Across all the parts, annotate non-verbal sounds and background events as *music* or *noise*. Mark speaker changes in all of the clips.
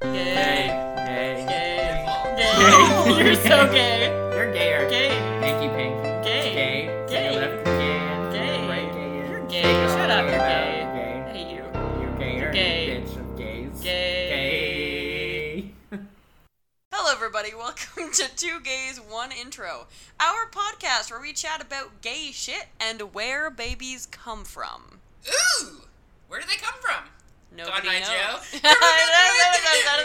Speaker 1: Gay.
Speaker 2: Gay.
Speaker 1: Gay.
Speaker 2: Gay.
Speaker 1: You're so gay.
Speaker 2: You're gayer.
Speaker 1: Gay.
Speaker 2: Thank you, Pink.
Speaker 1: Gay.
Speaker 2: Gay. To
Speaker 1: Gay.
Speaker 2: your left, gay.
Speaker 1: Gay.
Speaker 2: Right, gay.
Speaker 1: You're gay. Shut up, you're gay. I
Speaker 2: gay.
Speaker 1: hate you.
Speaker 2: You're gayer.
Speaker 1: Gay.
Speaker 2: Bitch of gays.
Speaker 1: Gay.
Speaker 2: Gay.
Speaker 3: Hello, everybody. Welcome *laughs* to Two Gays, One Intro, our podcast where we chat about gay shit and where babies come from.
Speaker 1: Ooh. Where do they come from?
Speaker 3: Nobody
Speaker 1: Night *laughs*
Speaker 3: knows. *laughs*
Speaker 1: Joe.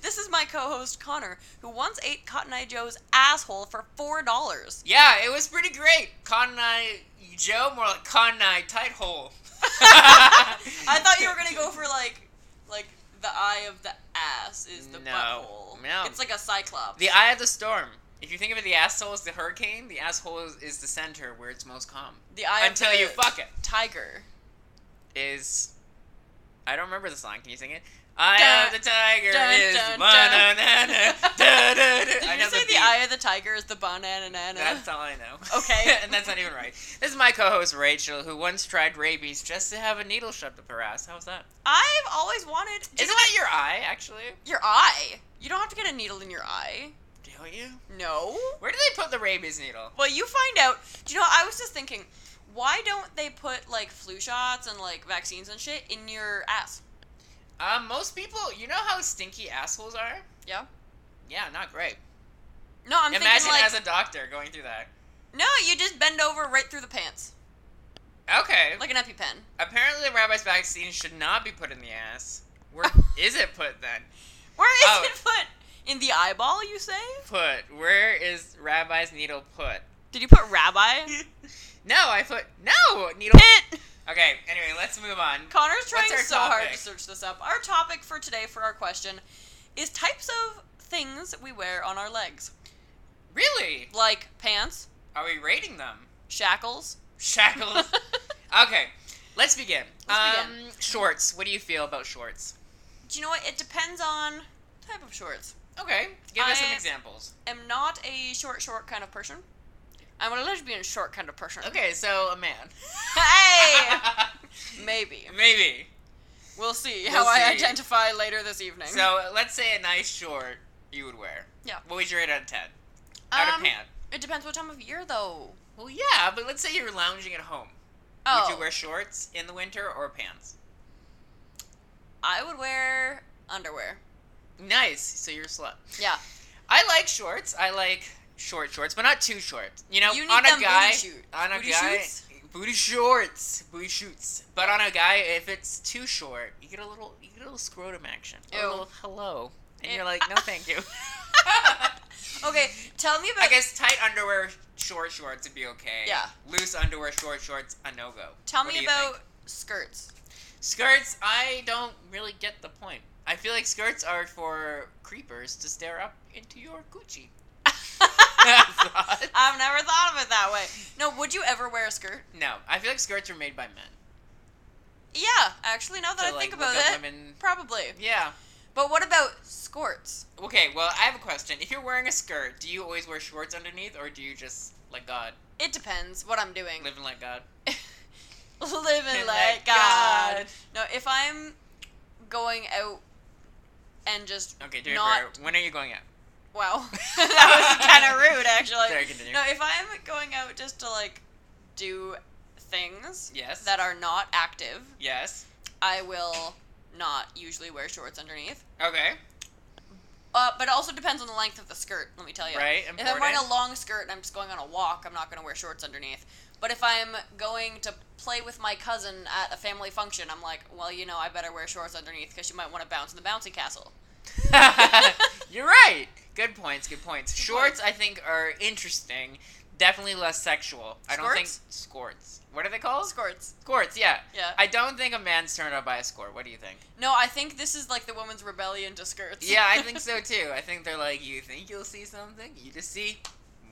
Speaker 3: this is my co-host Connor, who once ate Cotton Eye Joe's asshole for four dollars.
Speaker 1: *laughs* Yeah, it was pretty great. Conai Joe, more like Conai tight hole.
Speaker 3: *laughs*
Speaker 1: *laughs*
Speaker 3: I thought you were gonna go for like, like the eye of the ass is the
Speaker 1: No.
Speaker 3: butthole.
Speaker 1: No.
Speaker 3: It's like a cyclops.
Speaker 1: The eye of the storm. If you think of it, the asshole is the hurricane. The asshole is, is the center where it's most calm.
Speaker 3: The eye of
Speaker 1: Until
Speaker 3: the
Speaker 1: you fuck it.
Speaker 3: tiger.
Speaker 1: Is I don't remember the song. Can you sing it? Eye of
Speaker 3: Dun,
Speaker 1: the tiger
Speaker 3: dun,
Speaker 1: is
Speaker 3: dun, *laughs*
Speaker 1: banana. da, da, da.
Speaker 3: Did
Speaker 1: I
Speaker 3: you
Speaker 1: know
Speaker 3: say the,
Speaker 1: beat.
Speaker 3: eye of the tiger is the banana?
Speaker 1: That's all I know.
Speaker 3: Okay.
Speaker 1: *laughs* and that's not even right. This is my co-host Rachel, who once tried rabies just to have a needle shoved up her ass. How's that?
Speaker 3: I've always wanted. Do you
Speaker 1: Isn't
Speaker 3: know
Speaker 1: that your eye, actually?
Speaker 3: your eye? You don't have to get a needle in your eye.
Speaker 1: Don't you?
Speaker 3: No.
Speaker 1: Where do they put the rabies needle?
Speaker 3: Well, you find out. Do you know? I was just thinking, why don't they put like flu shots and like vaccines and shit in your ass?
Speaker 1: Um, most people, you know how stinky assholes are.
Speaker 3: Yeah.
Speaker 1: Yeah, not great.
Speaker 3: No, I'm
Speaker 1: Imagine
Speaker 3: thinking like
Speaker 1: as a doctor going through that.
Speaker 3: no, you just bend over right through the pants
Speaker 1: Okay.
Speaker 3: like an EpiPen.
Speaker 1: Apparently, the rabbi's vaccine should not be put in the ass. Where
Speaker 3: *laughs*
Speaker 1: is it put then?
Speaker 3: Where is
Speaker 1: Oh.
Speaker 3: it put? In the eyeball, you say?
Speaker 1: Put. Where is rabbi's needle put?
Speaker 3: Did you put
Speaker 1: *laughs*
Speaker 3: rabbi?
Speaker 1: No, I put no needle.
Speaker 3: Pit.
Speaker 1: *laughs* Okay. Anyway, let's move on.
Speaker 3: Connor's trying
Speaker 1: What's our
Speaker 3: so hard
Speaker 1: topic?
Speaker 3: to search this up. Our topic for today for our question is types of things we wear on our legs,
Speaker 1: Really?
Speaker 3: like pants,
Speaker 1: Are we rating them? *laughs*
Speaker 3: shackles. *laughs*
Speaker 1: Shackles.
Speaker 3: Do
Speaker 1: okay. Let's begin.
Speaker 3: Let's
Speaker 1: um,
Speaker 3: begin.
Speaker 1: shorts. What do you feel about shorts?
Speaker 3: you know what? It depends on type of shorts.
Speaker 1: Okay. Give us some
Speaker 3: I-
Speaker 1: examples.
Speaker 3: I'm not a short, short kind of person. I'm a lesbian short kind of person.
Speaker 1: Okay, so a man.
Speaker 3: *laughs* Hey! Maybe.
Speaker 1: *laughs* Maybe.
Speaker 3: We'll see
Speaker 1: We'll
Speaker 3: how I
Speaker 1: see.
Speaker 3: identify later this evening.
Speaker 1: So let's say a nice short you would wear.
Speaker 3: Yeah.
Speaker 1: What would you rate out of ten? Out
Speaker 3: Um,
Speaker 1: of pant.
Speaker 3: It depends what time of year, though.
Speaker 1: Well, yeah, but let's say you're lounging at home.
Speaker 3: Oh,
Speaker 1: Would you wear shorts in the winter or pants?
Speaker 3: I would wear underwear.
Speaker 1: Nice. So you're a slut.
Speaker 3: Yeah.
Speaker 1: I like shorts. I like short shorts, but not too short. You know,
Speaker 3: You need
Speaker 1: on a
Speaker 3: them booty
Speaker 1: guy,
Speaker 3: shoot-
Speaker 1: on a
Speaker 3: booty
Speaker 1: guy,
Speaker 3: shoots?
Speaker 1: booty shorts, booty shoots. But on a guy, if it's too short, you get a little, you get a little scrotum action, a
Speaker 3: Ew.
Speaker 1: little hello, and
Speaker 3: Ew.
Speaker 1: you're like, no, thank
Speaker 3: *laughs*
Speaker 1: you.
Speaker 3: Okay, tell me about.
Speaker 1: I guess tight underwear, short shorts would be okay.
Speaker 3: Yeah.
Speaker 1: Loose underwear, short shorts, a no go.
Speaker 3: Tell me about skirts. *laughs*
Speaker 1: skirts. I don't really get the point. I feel like skirts are for creepers to stare up into your *laughs*
Speaker 3: *laughs*
Speaker 1: coochie.
Speaker 3: I've never thought of it that way. No, would you ever wear a skirt?
Speaker 1: No, I feel like skirts are made by men.
Speaker 3: Yeah, actually, now that I
Speaker 1: To, like,
Speaker 3: think about
Speaker 1: look at
Speaker 3: it,
Speaker 1: women-
Speaker 3: probably.
Speaker 1: Yeah.
Speaker 3: But what about skorts?
Speaker 1: Okay. Well, I have a question. If you're wearing a skirt, do you always wear shorts underneath, or do you just like God,
Speaker 3: It depends what I'm doing. *laughs*
Speaker 1: living like God?
Speaker 3: Living
Speaker 1: Living like
Speaker 3: like God.
Speaker 1: God.
Speaker 3: No, if I'm going out and just
Speaker 1: Okay, Jennifer.
Speaker 3: Not-
Speaker 1: When are you going out?
Speaker 3: wow, *laughs*
Speaker 1: *laughs*
Speaker 3: that was kind of rude actually.
Speaker 1: Sorry, continue.
Speaker 3: No, if I'm going out just to like do things
Speaker 1: Yes.
Speaker 3: that are not active,
Speaker 1: Yes.
Speaker 3: I will not usually wear shorts underneath.
Speaker 1: Okay.
Speaker 3: Uh, but it also depends on the length of the skirt. Let me tell you.
Speaker 1: Right,
Speaker 3: If I'm wearing a
Speaker 1: important.
Speaker 3: long skirt and I'm just going on a walk, I'm not going to wear shorts underneath. But if I'm going to play with my cousin at a family function, I'm like, well, you know, I better wear shorts underneath because she might want to bounce in the bouncy castle.
Speaker 1: *laughs* You're right. Good points. Good points. Shorts, I think, are interesting. Definitely less sexual. I don't think skorts. What are they called?
Speaker 3: Skirts.
Speaker 1: Skorts. Yeah.
Speaker 3: Yeah.
Speaker 1: Oh. I don't think a man's turned on by a skort. What do you think?
Speaker 3: *laughs* No, I think this is like the woman's rebellion to skirts.
Speaker 1: yeah, I
Speaker 3: *laughs*
Speaker 1: think so too. I think they're like, you think you'll see something? You just see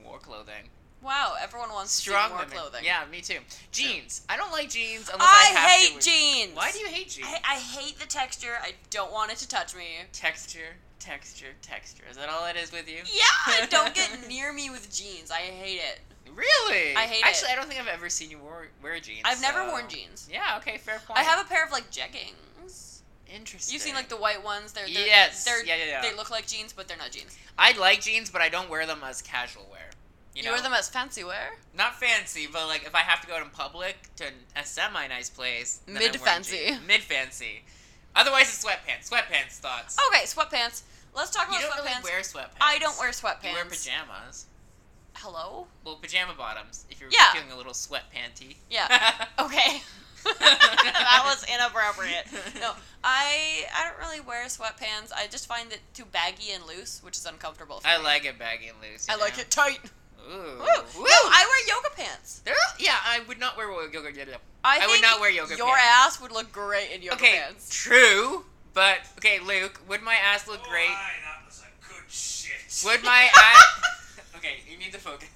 Speaker 1: more clothing.
Speaker 3: wow, everyone wants
Speaker 1: Strong
Speaker 3: to see more
Speaker 1: women.
Speaker 3: clothing.
Speaker 1: Yeah, me too. Jeans. I don't like jeans unless
Speaker 3: I,
Speaker 1: I, have
Speaker 3: hate
Speaker 1: to.
Speaker 3: jeans.
Speaker 1: Why do you hate jeans?
Speaker 3: I, I hate the texture. I don't want it to touch me.
Speaker 1: Texture, texture, texture. Is that all it is with you?
Speaker 3: *laughs* Yeah, don't *laughs* get near me with jeans. I hate it.
Speaker 1: Really?
Speaker 3: I hate it.
Speaker 1: Actually, I don't think I've ever seen you wear, wear jeans.
Speaker 3: I've never
Speaker 1: so-
Speaker 3: worn jeans.
Speaker 1: Yeah, okay, fair point.
Speaker 3: I have a pair of like jeggings.
Speaker 1: Interesting.
Speaker 3: You've seen like the white ones. They're, they're
Speaker 1: Yes.
Speaker 3: They're,
Speaker 1: Yeah, yeah, yeah.
Speaker 3: They look like jeans, but they're not jeans.
Speaker 1: I like jeans, but I don't wear them as casual wear. You,
Speaker 3: You,
Speaker 1: know?
Speaker 3: wear them as fancy wear.
Speaker 1: Not fancy, but like if I have to go out in public to an, a semi nice place,
Speaker 3: Mid-fancy.
Speaker 1: mid fancy. Otherwise, it's sweatpants. Sweatpants thoughts.
Speaker 3: Okay, sweatpants. Let's Oh, talk
Speaker 1: you
Speaker 3: about
Speaker 1: don't
Speaker 3: sweatpants.
Speaker 1: really wear sweatpants.
Speaker 3: I don't wear sweatpants.
Speaker 1: You wear pajamas.
Speaker 3: Hello.
Speaker 1: Well, pajama bottoms. If you're
Speaker 3: Yeah.
Speaker 1: feeling a little sweat panty. *laughs*
Speaker 3: Yeah. Okay. that was inappropriate. *laughs* No, I I don't really wear sweatpants. I just find it too baggy and loose, which is uncomfortable. For
Speaker 1: I
Speaker 3: me.
Speaker 1: like it baggy and loose. you
Speaker 3: I like
Speaker 1: know?
Speaker 3: it tight.
Speaker 1: Ooh.
Speaker 3: Woo.
Speaker 1: Woo.
Speaker 3: No, I wear yoga pants.
Speaker 1: There- yeah, I would not wear yoga. yoga- yoga.
Speaker 3: I,
Speaker 1: I would
Speaker 3: think
Speaker 1: not wear yoga
Speaker 3: Your
Speaker 1: pants.
Speaker 3: ass would look great in yoga
Speaker 1: Okay,
Speaker 3: pants.
Speaker 1: true, but okay, Luke, would my ass look great?
Speaker 4: Why, that was a good shit.
Speaker 1: Would
Speaker 3: *laughs*
Speaker 1: my ass? okay, you need to focus.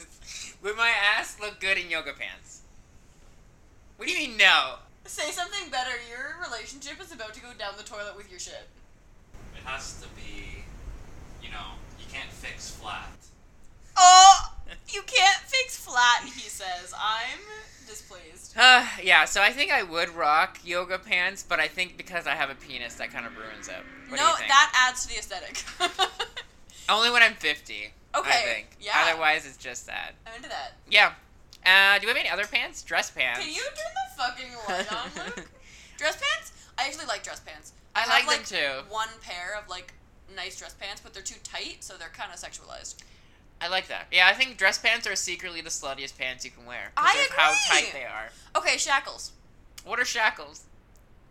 Speaker 1: *laughs* Would my ass look good in yoga pants? What do you mean no?
Speaker 3: Say something better. Your relationship is about to go down the toilet with your shit.
Speaker 4: It has to be, you know, you can't fix flat.
Speaker 3: Oh, you can't fix flat. He says, "I'm displeased."
Speaker 1: Uh, yeah, so I think I would rock yoga pants, but I think because I have a penis, that kind of ruins it. What do
Speaker 3: no,
Speaker 1: you think?
Speaker 3: that adds to the aesthetic. *laughs*
Speaker 1: only when I'm fifty. I
Speaker 3: Okay,
Speaker 1: think.
Speaker 3: yeah.
Speaker 1: Otherwise, it's just sad.
Speaker 3: I'm into that.
Speaker 1: Yeah. Uh, do we have any other pants? Dress pants.
Speaker 3: Can
Speaker 1: *laughs*
Speaker 3: you turn the fucking light on, Luke? dress pants? I actually like dress pants.
Speaker 1: I
Speaker 3: have,
Speaker 1: like them too.
Speaker 3: One pair of like nice dress pants, but they're too tight, so they're kind of sexualized.
Speaker 1: I like that. Yeah, I think dress pants are secretly the sluttiest pants you can wear. 'cause
Speaker 3: I
Speaker 1: of How
Speaker 3: agree.
Speaker 1: tight they are.
Speaker 3: Okay, shackles.
Speaker 1: What are shackles?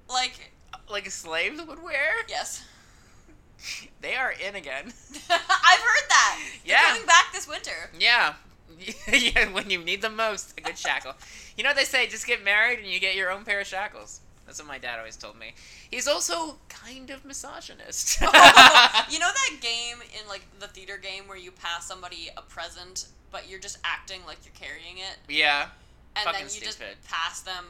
Speaker 3: Like,
Speaker 1: Like slaves would wear?
Speaker 3: yes, *laughs*
Speaker 1: They are in again.
Speaker 3: I've heard that. They're
Speaker 1: Yeah.
Speaker 3: coming back this winter.
Speaker 1: Yeah. *laughs* yeah, when you need them most, a good shackle. You know what they say, just get married and you get your own pair of shackles. That's what my dad always told me. He's also kind of *laughs* misogynist.
Speaker 3: you know that game in like the theater game where you pass somebody a present, but you're just acting like you're carrying it,
Speaker 1: yeah,
Speaker 3: and
Speaker 1: Fucking
Speaker 3: then you
Speaker 1: stupid.
Speaker 3: just pass them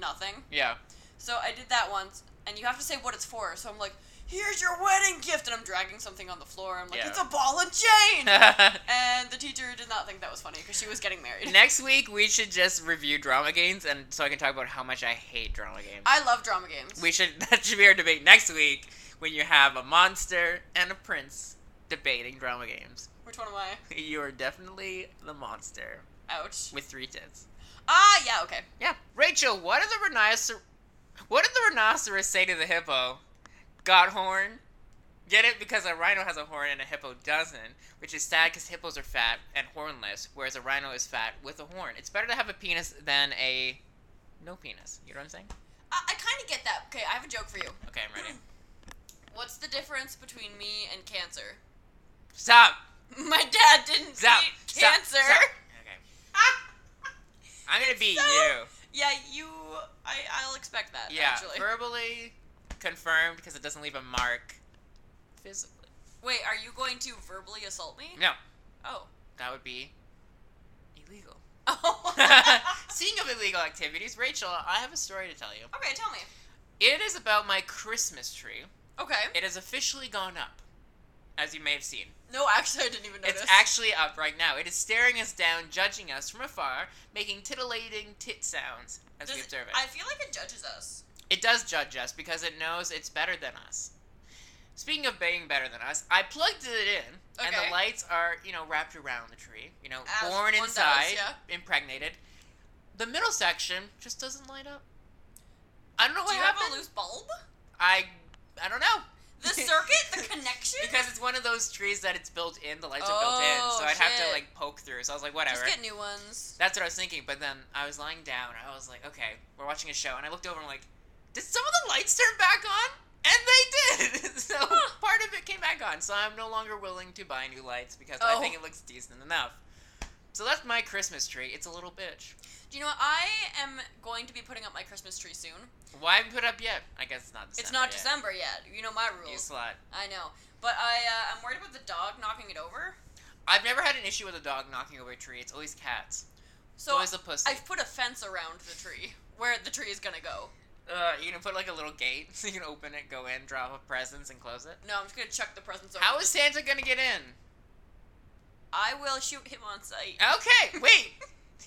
Speaker 3: nothing.
Speaker 1: yeah. *laughs*
Speaker 3: So I did that once, and you have to say what it's for. So I'm like, "Here's your wedding gift," and I'm dragging something on the floor. I'm like,
Speaker 1: Yeah.
Speaker 3: "It's a ball and
Speaker 1: *laughs*
Speaker 3: chain."
Speaker 1: Next
Speaker 3: and the teacher did not think that was funny because she was getting married.
Speaker 1: week, we should just review drama games and so I can talk about how much I hate drama games.
Speaker 3: I love drama games.
Speaker 1: We should *laughs* that should be our debate next week when you have a monster and a prince debating drama games. *laughs*
Speaker 3: Which one am I?
Speaker 1: You are definitely the monster
Speaker 3: Ouch.
Speaker 1: with three tits.
Speaker 3: Ah, yeah, okay.
Speaker 1: Yeah, Rachel, what did the rhinoceros? What did the rhinoceros say to the hippo? Got horn? Get it because a rhino has a horn and a hippo doesn't, which is sad because hippos are fat and hornless, whereas a rhino is fat with a horn. It's better to have a penis than a no penis. You know what I'm saying?
Speaker 3: I, I kind of get that. Okay, I have a joke for you.
Speaker 1: Okay, I'm ready.
Speaker 3: What's the difference between me and cancer?
Speaker 1: Stop.
Speaker 3: My dad didn't
Speaker 1: Stop.
Speaker 3: beat
Speaker 1: Stop.
Speaker 3: cancer. *laughs*
Speaker 1: Stop. Okay.
Speaker 3: Ah!
Speaker 1: I'm gonna beat
Speaker 3: So-
Speaker 1: you.
Speaker 3: yeah, you. I, I'll expect that.
Speaker 1: Yeah,
Speaker 3: Actually.
Speaker 1: verbally confirmed because it doesn't leave a mark. Physically,
Speaker 3: Wait, are you going to verbally assault me?
Speaker 1: no, *laughs*
Speaker 3: Oh. *laughs*
Speaker 1: that would be illegal. *laughs*
Speaker 3: Oh.
Speaker 1: Speaking of illegal activities, Rachel, I have a story to tell you.
Speaker 3: okay, tell me.
Speaker 1: It is about my Christmas tree.
Speaker 3: Okay.
Speaker 1: It has officially gone up, as you may have seen.
Speaker 3: No, actually, I didn't even notice.
Speaker 1: It's actually up right now. It is staring us down, judging us from afar, making titillating tit sounds as
Speaker 3: Does
Speaker 1: we
Speaker 3: it-
Speaker 1: observe it.
Speaker 3: I feel like it judges us.
Speaker 1: It does judge us because it knows it's better than us. Speaking of being better than us, I plugged it in, and
Speaker 3: Okay.
Speaker 1: the lights are, you know, wrapped around the tree. You know,
Speaker 3: As one
Speaker 1: born
Speaker 3: does,
Speaker 1: inside,
Speaker 3: yeah.
Speaker 1: impregnated. The middle section just doesn't light up. I don't know what
Speaker 3: Do you
Speaker 1: happened.
Speaker 3: Oh, have a
Speaker 1: *laughs*
Speaker 3: loose bulb?
Speaker 1: I, I don't know.
Speaker 3: The circuit, the connection.
Speaker 1: Because it's one of those trees that it's built in. The lights are built
Speaker 3: Oh,
Speaker 1: in, so I'd have
Speaker 3: shit.
Speaker 1: to like poke through. So I was like, whatever.
Speaker 3: just get new ones.
Speaker 1: That's what I was thinking, but then I was lying down. I was like, okay, we're watching a show, and I looked over and I'm like, did some of the lights turn back on? And they did. *laughs* so part of it came back on. So I'm no longer willing to buy new lights because
Speaker 3: Oh.
Speaker 1: I think it looks decent enough. So that's my Christmas tree. It's a little bitch.
Speaker 3: Do you know what? I am going to be putting up my Christmas tree soon.
Speaker 1: Why haven't put up yet? I guess it's not December.
Speaker 3: it's not
Speaker 1: yet.
Speaker 3: December yet. You know my
Speaker 1: You
Speaker 3: rules.
Speaker 1: slut.
Speaker 3: I know, but I uh, I'm worried about the dog knocking it over.
Speaker 1: I've never had an issue with a dog knocking over a tree. It's always cats. It's
Speaker 3: So
Speaker 1: always a pussy.
Speaker 3: I've put a fence around the tree where the tree is gonna go.
Speaker 1: Uh, you can put like a little gate *laughs* so you can open it, go in, drop off presents, and close it.
Speaker 3: No, I'm just gonna chuck the presents over.
Speaker 1: How is Santa gonna get in?
Speaker 3: I will shoot him on sight. *laughs*
Speaker 1: Okay, wait.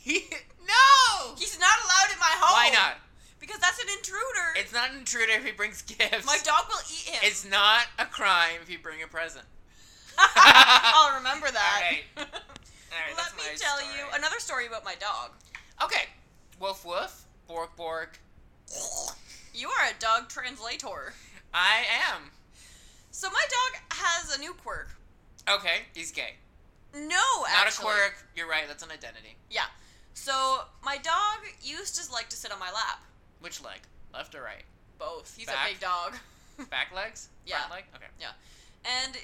Speaker 1: He- no.
Speaker 3: He's not allowed in my home.
Speaker 1: Why not?
Speaker 3: because that's an intruder.
Speaker 1: It's not an intruder if he brings gifts.
Speaker 3: My dog will eat him.
Speaker 1: It's not a crime if you bring a present.
Speaker 3: *laughs* I'll remember *laughs* that.
Speaker 1: All right. All right, that's
Speaker 3: Let me
Speaker 1: my
Speaker 3: tell
Speaker 1: story.
Speaker 3: you another story about my dog.
Speaker 1: Okay. Woof woof. Bork bork.
Speaker 3: You are a dog translator.
Speaker 1: I am.
Speaker 3: So my dog has a new quirk.
Speaker 1: Okay. He's gay.
Speaker 3: No,
Speaker 1: Not
Speaker 3: actually.
Speaker 1: a quirk. You're right. That's an identity.
Speaker 3: Yeah. So my dog used to like to sit on my lap.
Speaker 1: Which leg? Left or right?
Speaker 3: *laughs* Both. He's
Speaker 1: Back.
Speaker 3: a big dog.
Speaker 1: Back legs?
Speaker 3: Yeah.
Speaker 1: Front leg? Okay.
Speaker 3: Yeah. And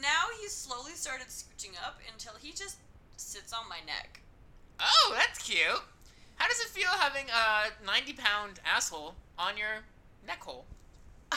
Speaker 3: now he's slowly started scooching up until he just sits on my neck. *laughs*
Speaker 1: Oh, that's cute. How does it feel having a 90 pound asshole on your neck hole?
Speaker 3: you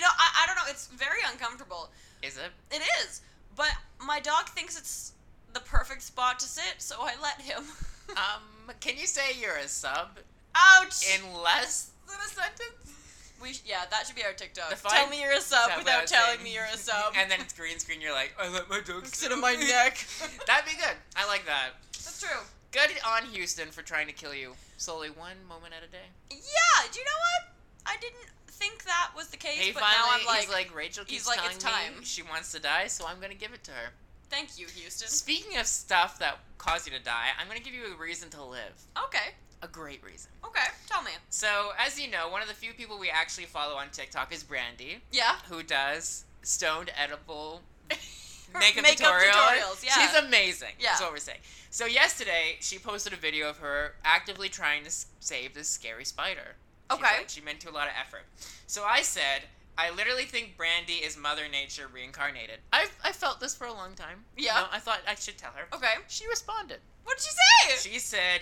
Speaker 3: know, I, I don't know. It's very uncomfortable.
Speaker 1: Is it?
Speaker 3: It is. But my dog thinks it's the perfect spot to sit, so I
Speaker 1: *laughs*
Speaker 3: let him.
Speaker 1: Um, can you say you're a sub
Speaker 3: Ouch!
Speaker 1: in less than a sentence?
Speaker 3: we sh- yeah, that should be our TikTok.
Speaker 1: The
Speaker 3: Tell
Speaker 1: fine-
Speaker 3: me you're a
Speaker 1: Is
Speaker 3: sub
Speaker 1: that what I
Speaker 3: without
Speaker 1: was
Speaker 3: telling
Speaker 1: saying?
Speaker 3: me you're a sub.
Speaker 1: and then it's green screen, you're like, I let my dog
Speaker 3: *laughs* sit on
Speaker 1: *laughs*
Speaker 3: my neck.
Speaker 1: That'd be good. I like that.
Speaker 3: That's true.
Speaker 1: Good on Houston for trying to kill you solely one moment at a day.
Speaker 3: Yeah, do you know what? I didn't think that was the case,
Speaker 1: He
Speaker 3: but
Speaker 1: finally,
Speaker 3: now I'm like,
Speaker 1: he's like, Rachel keeps
Speaker 3: like,
Speaker 1: telling
Speaker 3: "It's
Speaker 1: me
Speaker 3: time."
Speaker 1: she wants to die, so I'm gonna give it to her.
Speaker 3: thank you, Houston.
Speaker 1: Speaking of stuff that caused you to die, I'm gonna give you a reason to live.
Speaker 3: Okay,
Speaker 1: A great reason.
Speaker 3: okay, tell me.
Speaker 1: So, as you know, one of the few people we actually follow on TikTok is Brandy,
Speaker 3: Yeah.
Speaker 1: who does stoned
Speaker 3: *laughs*
Speaker 1: edible
Speaker 3: Her
Speaker 1: makeup,
Speaker 3: makeup
Speaker 1: tutorial.
Speaker 3: tutorials, yeah.
Speaker 1: She's amazing.
Speaker 3: Yeah.
Speaker 1: That's what we're saying. So yesterday, she posted a video of her actively trying to s- save this scary spider. She's
Speaker 3: Okay.
Speaker 1: like, she meant to a lot of effort. So I said, I literally think Brandy is Mother Nature reincarnated. I've, I felt this for a long time. You
Speaker 3: Yeah.
Speaker 1: know, I thought I should tell her.
Speaker 3: Okay.
Speaker 1: She responded.
Speaker 3: What did she say?
Speaker 1: She said,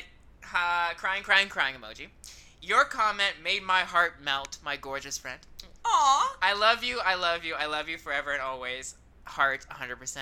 Speaker 1: uh, crying, crying, crying emoji. Your comment made my heart melt, my gorgeous friend.
Speaker 3: Aw.
Speaker 1: I love you, I love you, I love you forever and always. Heart 100%.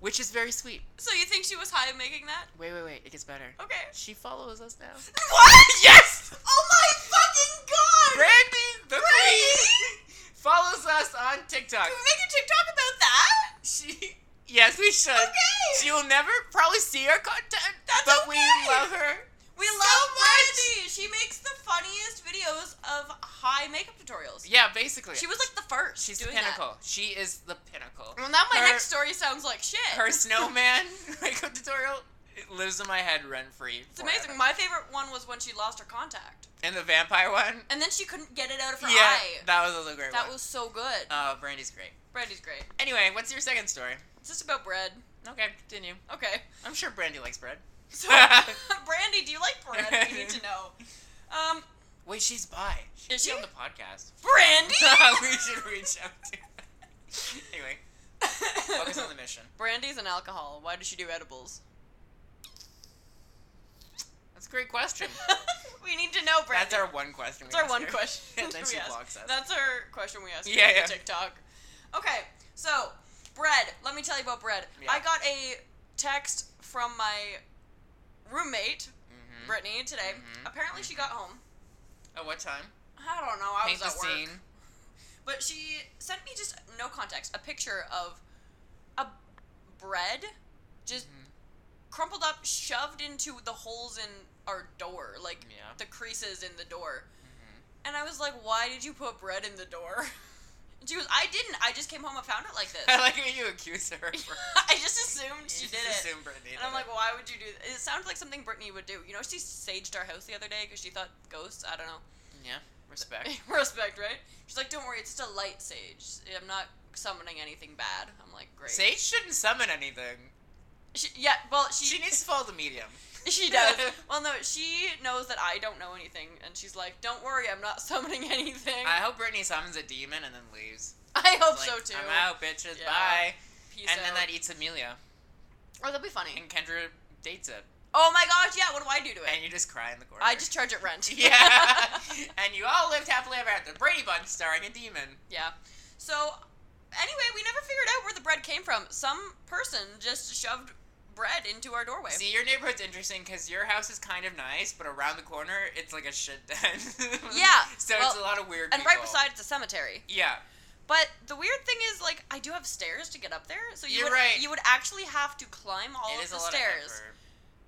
Speaker 1: Which is very sweet.
Speaker 3: So you think she was high making that?
Speaker 1: Wait, wait, wait, it gets better.
Speaker 3: Okay.
Speaker 1: She follows us now.
Speaker 3: *laughs* What?
Speaker 1: Yes!
Speaker 3: Oh my fucking god!
Speaker 1: Brandy the Queen follows us on TikTok.
Speaker 3: Can we make a TikTok about that?
Speaker 1: She, yes, we should.
Speaker 3: Okay.
Speaker 1: She will never probably see our content,
Speaker 3: That's
Speaker 1: but
Speaker 3: okay.
Speaker 1: we love her.
Speaker 3: We love Brandy. She makes the funniest videos of high makeup tutorials.
Speaker 1: Yeah, basically.
Speaker 3: She was like the first.
Speaker 1: She's the
Speaker 3: doing
Speaker 1: pinnacle. She is the pinnacle.
Speaker 3: That. Well, now my
Speaker 1: Her-
Speaker 3: next story sounds like shit. *laughs*
Speaker 1: Her snowman *laughs* makeup tutorial it lives in my head rent free.
Speaker 3: It's amazing. My favorite one was when she lost her contact,
Speaker 1: And the vampire one.
Speaker 3: and then she couldn't get it out of her
Speaker 1: yeah,
Speaker 3: eye.
Speaker 1: that was also a great
Speaker 3: That
Speaker 1: one.
Speaker 3: was Uh. so good.
Speaker 1: Oh, Brandy's great.
Speaker 3: Brandy's great.
Speaker 1: Anyway, what's your second story?
Speaker 3: It's just about bread.
Speaker 1: Okay, continue.
Speaker 3: Okay.
Speaker 1: I'm sure Brandy likes bread. *laughs*
Speaker 3: So, *laughs* Brandy, do you like bread? We need to know. Um,
Speaker 1: Wait, she's bi. She's
Speaker 3: Is she?
Speaker 1: on the podcast.
Speaker 3: Brandy.
Speaker 1: *laughs* we should reach out to. her. Anyway,
Speaker 3: *laughs*
Speaker 1: focus on the mission.
Speaker 3: Brandy's an alcohol. Why does she do
Speaker 1: *laughs*
Speaker 3: edibles?
Speaker 1: That's a great question.
Speaker 3: we need to know, Brandy.
Speaker 1: *laughs* That's our one question. we
Speaker 3: That's our
Speaker 1: ask *laughs*
Speaker 3: one
Speaker 1: her.
Speaker 3: question.
Speaker 1: and then
Speaker 3: *laughs* we
Speaker 1: she
Speaker 3: ask.
Speaker 1: blocks us.
Speaker 3: That's our question we asked
Speaker 1: Yeah,
Speaker 3: on
Speaker 1: yeah.
Speaker 3: TikTok. Okay, so bread. Let me tell you about bread.
Speaker 1: Yeah.
Speaker 3: I got a text from my roommate,
Speaker 1: Mhm.
Speaker 3: Brittany, today.
Speaker 1: Mhm.
Speaker 3: Apparently, she got home.
Speaker 1: At what time?
Speaker 3: I don't know. I
Speaker 1: Paint
Speaker 3: was at
Speaker 1: the
Speaker 3: work.
Speaker 1: scene.
Speaker 3: But she sent me just no context, a picture of a bread just
Speaker 1: Mhm.
Speaker 3: crumpled up, shoved into the holes in our door, like
Speaker 1: Yeah. Mm-hmm.
Speaker 3: the creases in the door. And I was like, "Why did you put bread in the door?" *laughs* And she was, "I didn't. I just came home and found it
Speaker 1: *laughs*
Speaker 3: like this.
Speaker 1: *laughs*
Speaker 3: *laughs*
Speaker 1: I like when you accuse her. Of
Speaker 3: I just assumed *laughs* she
Speaker 1: You
Speaker 3: did
Speaker 1: just
Speaker 3: it."
Speaker 1: assume Brittany
Speaker 3: And
Speaker 1: did
Speaker 3: I'm like,
Speaker 1: it.
Speaker 3: "Why would you do that?" It sounds like something Brittany would do. You know, she saged our house the other day because she thought ghosts. I don't know.
Speaker 1: yeah, respect.
Speaker 3: Respect, right? She's like, don't worry, it's just a light sage. I'm not summoning anything bad. I'm like, *laughs* great.
Speaker 1: Sage shouldn't summon anything.
Speaker 3: She, yeah, well, she
Speaker 1: She
Speaker 3: she, *laughs*
Speaker 1: needs to follow the medium.
Speaker 3: does. well, no, she knows that I don't know anything, and she's like, don't worry, I'm not *laughs* summoning anything.
Speaker 1: I hope Brittany summons a demon and then leaves.
Speaker 3: I hope
Speaker 1: Like,
Speaker 3: so too.
Speaker 1: I'm out, bitches.
Speaker 3: Yeah.
Speaker 1: Bye.
Speaker 3: Peace
Speaker 1: and then
Speaker 3: out.
Speaker 1: that eats Amelia,
Speaker 3: oh, that'll be funny.
Speaker 1: and Kendra dates it,
Speaker 3: Oh my gosh, yeah. What do I do to it?
Speaker 1: and you just cry in the corner.
Speaker 3: I just *laughs* charge it rent.
Speaker 1: *laughs* yeah. *laughs* and you all lived happily ever after. Brady Bunch starring a demon.
Speaker 3: *laughs* yeah. So, anyway, we never figured out where the bread came from. Some person just shoved bread into our doorway.
Speaker 1: See, your neighborhood's interesting because your house is kind of nice, but around the corner it's like a shit den. *laughs*
Speaker 3: Yeah,
Speaker 1: so it's
Speaker 3: well,
Speaker 1: a lot of weird.
Speaker 3: and right
Speaker 1: people.
Speaker 3: beside it's a cemetery.
Speaker 1: Yeah.
Speaker 3: But the weird thing is, like, I do have stairs to get up there, so you
Speaker 1: You're
Speaker 3: would
Speaker 1: right.
Speaker 3: you would actually have to climb all
Speaker 1: it
Speaker 3: of
Speaker 1: is
Speaker 3: the
Speaker 1: a lot
Speaker 3: stairs.
Speaker 1: Of effort.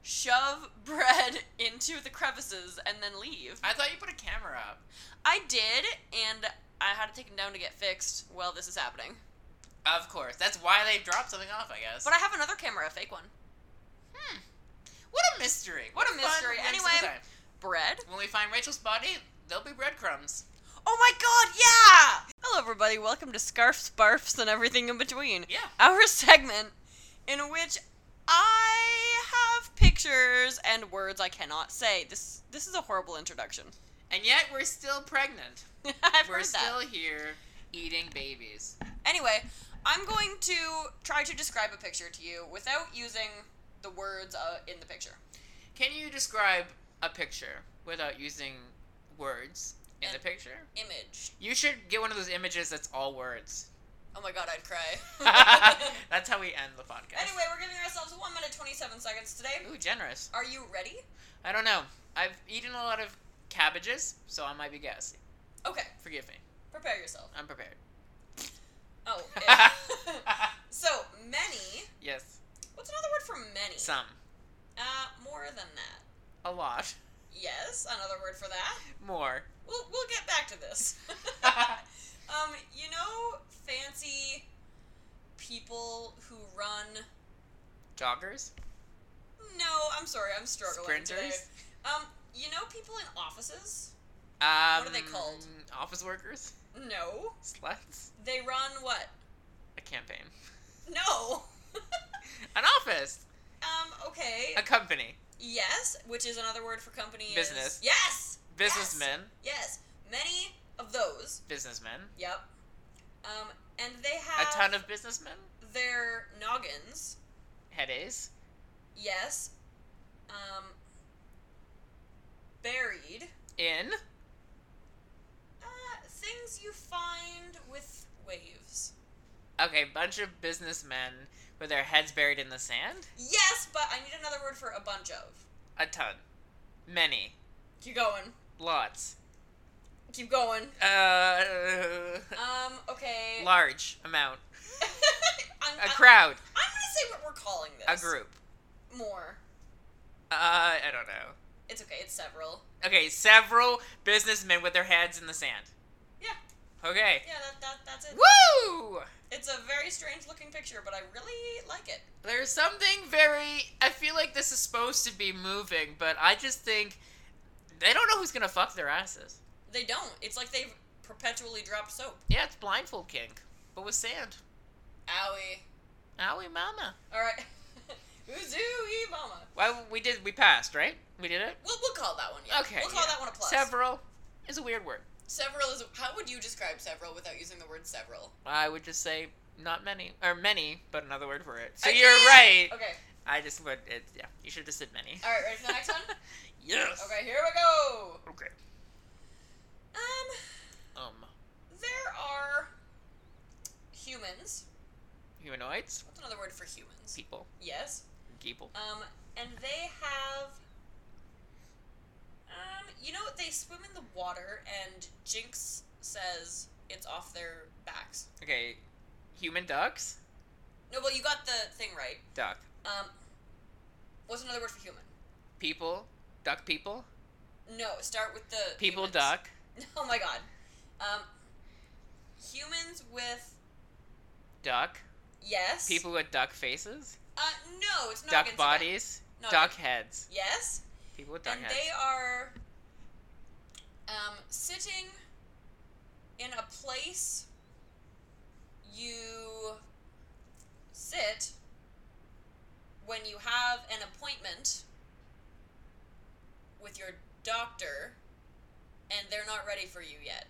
Speaker 3: shove *laughs* bread into the crevices, and then leave.
Speaker 1: I thought you put a camera up.
Speaker 3: I did, and I had to take him down to get fixed while this is happening.
Speaker 1: Of course. That's why they dropped something off, I guess.
Speaker 3: But I have another camera, a fake one.
Speaker 1: what a mystery.
Speaker 3: What a
Speaker 1: fun
Speaker 3: mystery.
Speaker 1: whimsical
Speaker 3: Anyway.
Speaker 1: time.
Speaker 3: Bread?
Speaker 1: when we find Rachel's body, there'll be breadcrumbs.
Speaker 3: Oh my god, yeah! Hello, everybody. Welcome to Scarfs, Barfs, and everything in between.
Speaker 1: Yeah.
Speaker 3: Our *laughs* segment in which I have pictures and words I cannot say. This this is a horrible introduction.
Speaker 1: And yet we're still pregnant.
Speaker 3: *laughs* I've
Speaker 1: we're
Speaker 3: heard that.
Speaker 1: still here eating babies.
Speaker 3: Anyway, I'm going to try to describe a picture to you without using the words uh, in the picture.
Speaker 1: Can you describe a picture without using words in the
Speaker 3: And-
Speaker 1: picture?
Speaker 3: Image.
Speaker 1: You should get one of those images that's all
Speaker 3: *laughs*
Speaker 1: words. *laughs*
Speaker 3: Oh my god, I'd cry. *laughs*
Speaker 1: that's how we end the podcast.
Speaker 3: anyway, we're giving ourselves 1 minute 27 seconds today.
Speaker 1: Ooh, generous.
Speaker 3: Are you ready?
Speaker 1: I don't know. I've eaten a lot of cabbages, so I might be gassy.
Speaker 3: Okay,
Speaker 1: Forgive me.
Speaker 3: prepare yourself.
Speaker 1: I'm
Speaker 3: *laughs*
Speaker 1: prepared. *laughs*
Speaker 3: Oh. eh. *laughs* so, many.
Speaker 1: yes.
Speaker 3: What's another word for many?
Speaker 1: Some.
Speaker 3: Uh, more than that.
Speaker 1: A lot.
Speaker 3: Yes, another word for that. *laughs*
Speaker 1: More.
Speaker 3: We'll, we'll get back
Speaker 1: *laughs*
Speaker 3: to this. um, you know, fancy people who run.
Speaker 1: Joggers?
Speaker 3: No, I'm sorry, I'm struggling today.
Speaker 1: Sprinters?
Speaker 3: Um, you know, people in offices.
Speaker 1: Um,
Speaker 3: What are they called?
Speaker 1: Office workers?
Speaker 3: No,
Speaker 1: Sluts?
Speaker 3: they run what?
Speaker 1: A campaign.
Speaker 3: No. *laughs*
Speaker 1: An office!
Speaker 3: um. Okay.
Speaker 1: A company.
Speaker 3: Yes, which is another word for company. is-
Speaker 1: Business.
Speaker 3: Yes.
Speaker 1: Businessmen.
Speaker 3: Yes. Many of those.
Speaker 1: Businessmen.
Speaker 3: Yep. Um, and they
Speaker 1: A
Speaker 3: have
Speaker 1: ton of businessmen.
Speaker 3: their noggins.
Speaker 1: Headaches.
Speaker 3: Yes. Um, buried.
Speaker 1: In.
Speaker 3: Uh, things you find with waves.
Speaker 1: Okay, bunch of businessmen with their heads buried in the sand.
Speaker 3: Yes, but I need another word for a bunch of.
Speaker 1: A ton. Many.
Speaker 3: Keep going.
Speaker 1: Lots.
Speaker 3: Keep going.
Speaker 1: Uh,
Speaker 3: Um, okay.
Speaker 1: large amount.
Speaker 3: *laughs* I'm,
Speaker 1: A
Speaker 3: I'm-
Speaker 1: crowd.
Speaker 3: I'm gonna say what we're calling
Speaker 1: A
Speaker 3: this.
Speaker 1: group.
Speaker 3: More.
Speaker 1: Uh, I don't know.
Speaker 3: It's okay. It's several.
Speaker 1: Okay, several businessmen with their heads in the sand.
Speaker 3: Yeah.
Speaker 1: Okay.
Speaker 3: Yeah. That, that that's it.
Speaker 1: Woo!
Speaker 3: It's a very strange looking picture, but I really like it.
Speaker 1: There's something very. I feel like this is supposed to be moving, but I just think they don't know who's gonna fuck their asses.
Speaker 3: They don't. It's like they've perpetually dropped soap.
Speaker 1: Yeah, it's blindfold kink, but with sand.
Speaker 3: Owie.
Speaker 1: Owie, mama.
Speaker 3: All right. *laughs* Uzui mama.
Speaker 1: Well, we did. We passed, right? We did it.
Speaker 3: We'll, we'll call that one. Yeah.
Speaker 1: Okay.
Speaker 3: We'll call
Speaker 1: yeah.
Speaker 3: that one a plus.
Speaker 1: Several is a weird word.
Speaker 3: several is. How would you describe several without using the word several?
Speaker 1: I would just say not many or many, but another word for it. So
Speaker 3: I
Speaker 1: you're
Speaker 3: can't!
Speaker 1: right.
Speaker 3: Okay.
Speaker 1: I just would. It, yeah, you should have just said many.
Speaker 3: All right. Ready for the *laughs* next one?
Speaker 1: Yes.
Speaker 3: Okay. Here we go.
Speaker 1: Okay.
Speaker 3: Um,
Speaker 1: Um,
Speaker 3: there are humans.
Speaker 1: humanoids,
Speaker 3: What's another word for humans?
Speaker 1: people,
Speaker 3: Yes.
Speaker 1: people.
Speaker 3: Um, and they have. Um, you know, they swim in the water, and Jinx says it's off their backs.
Speaker 1: Okay, human ducks,
Speaker 3: No, well, you got the thing right.
Speaker 1: duck.
Speaker 3: Um, what's another word for human?
Speaker 1: people, duck people,
Speaker 3: No, start with the
Speaker 1: people
Speaker 3: humans.
Speaker 1: duck,
Speaker 3: *laughs* Oh my god. Um, humans with
Speaker 1: duck,
Speaker 3: yes.
Speaker 1: people with duck faces,
Speaker 3: Uh, no, it's not
Speaker 1: duck
Speaker 3: against that.
Speaker 1: bodies,
Speaker 3: No,
Speaker 1: duck heads,
Speaker 3: Yes,
Speaker 1: people with duck
Speaker 3: and
Speaker 1: heads.
Speaker 3: they are um sitting in a place you sit when you have an appointment with your doctor and they're not ready for you yet.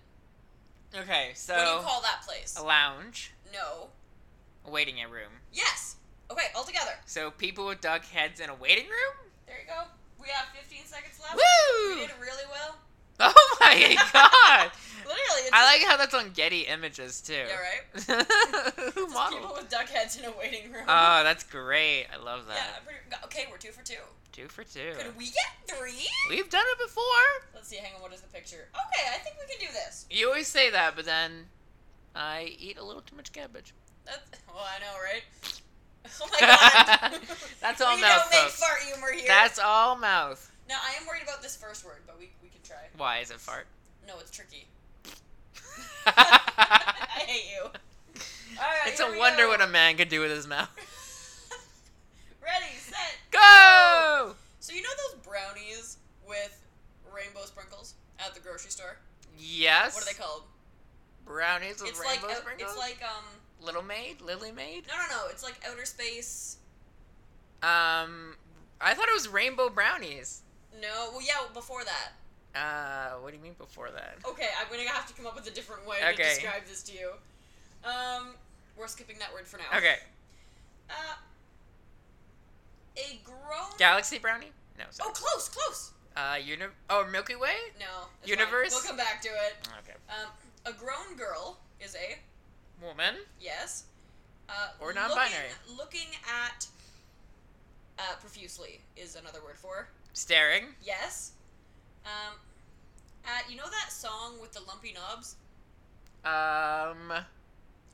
Speaker 1: okay,
Speaker 3: what do you
Speaker 1: so
Speaker 3: call that place?
Speaker 1: a lounge,
Speaker 3: No.
Speaker 1: a waiting a room.
Speaker 3: Yes. Okay, all together.
Speaker 1: So people with duck heads in a waiting room. *laughs*
Speaker 3: There you go. We have 15 seconds left. We
Speaker 1: Woo!
Speaker 3: did really well.
Speaker 1: Oh my
Speaker 3: *laughs*
Speaker 1: god!
Speaker 3: Literally, it's
Speaker 1: I like how that's on Getty Images too.
Speaker 3: yeah,
Speaker 1: *laughs*
Speaker 3: right?
Speaker 1: Who
Speaker 3: Just people
Speaker 1: modeled?
Speaker 3: with duck heads in a waiting room.
Speaker 1: Oh, that's great. I love
Speaker 3: yeah,
Speaker 1: that.
Speaker 3: I'm pretty, okay, we're two for two.
Speaker 1: Two for two.
Speaker 3: Could we get three?
Speaker 1: We've done it before.
Speaker 3: Let's see, hang on, what is the picture? Okay, I think we can do this.
Speaker 1: You always say that, but then I eat a little too much cabbage.
Speaker 3: *laughs* That's, well, I know, right? *laughs* Oh my god.
Speaker 1: *laughs* That's all
Speaker 3: we
Speaker 1: mouth,
Speaker 3: don't make
Speaker 1: folks.
Speaker 3: fart humor here.
Speaker 1: That's all mouth.
Speaker 3: Now I am worried about this first word, but we we can try.
Speaker 1: Why is it
Speaker 3: *laughs*
Speaker 1: fart?
Speaker 3: No,
Speaker 1: *laughs*
Speaker 3: it's tricky. *laughs* I hate you. All right,
Speaker 1: it's
Speaker 3: here
Speaker 1: a
Speaker 3: we
Speaker 1: wonder
Speaker 3: go.
Speaker 1: what a man could do with his
Speaker 3: *laughs*
Speaker 1: mouth.
Speaker 3: Ready, set.
Speaker 1: Go!
Speaker 3: So you know those brownies with rainbow sprinkles at the grocery store?
Speaker 1: Yes.
Speaker 3: What are they called?
Speaker 1: Brownies with
Speaker 3: it's
Speaker 1: rainbow
Speaker 3: like
Speaker 1: sprinkles.
Speaker 3: it's like um
Speaker 1: Little Maid, Lily Maid.
Speaker 3: no no no it's like outer space.
Speaker 1: Um, I thought it was rainbow brownies.
Speaker 3: No, well yeah before that.
Speaker 1: Uh, what do you mean before that?
Speaker 3: Okay, I'm gonna have to come up with a different way to
Speaker 1: Okay.
Speaker 3: describe this to you. Um, we're skipping that word for now.
Speaker 1: Okay,
Speaker 3: Uh, a grown.
Speaker 1: galaxy brownie. No.
Speaker 3: Oh,
Speaker 1: Sorry.
Speaker 3: close, close.
Speaker 1: Uh, uni. Oh, Milky Way.
Speaker 3: No. it's fine.
Speaker 1: Universe?
Speaker 3: We'll come back to it.
Speaker 1: Okay.
Speaker 3: Um, a grown girl is a
Speaker 1: Woman.
Speaker 3: yes. Uh,
Speaker 1: Or non-binary.
Speaker 3: Looking, looking at. Uh, profusely is another word for
Speaker 1: Staring.
Speaker 3: yes. Um, at you know that song with the lumpy knobs.
Speaker 1: Um.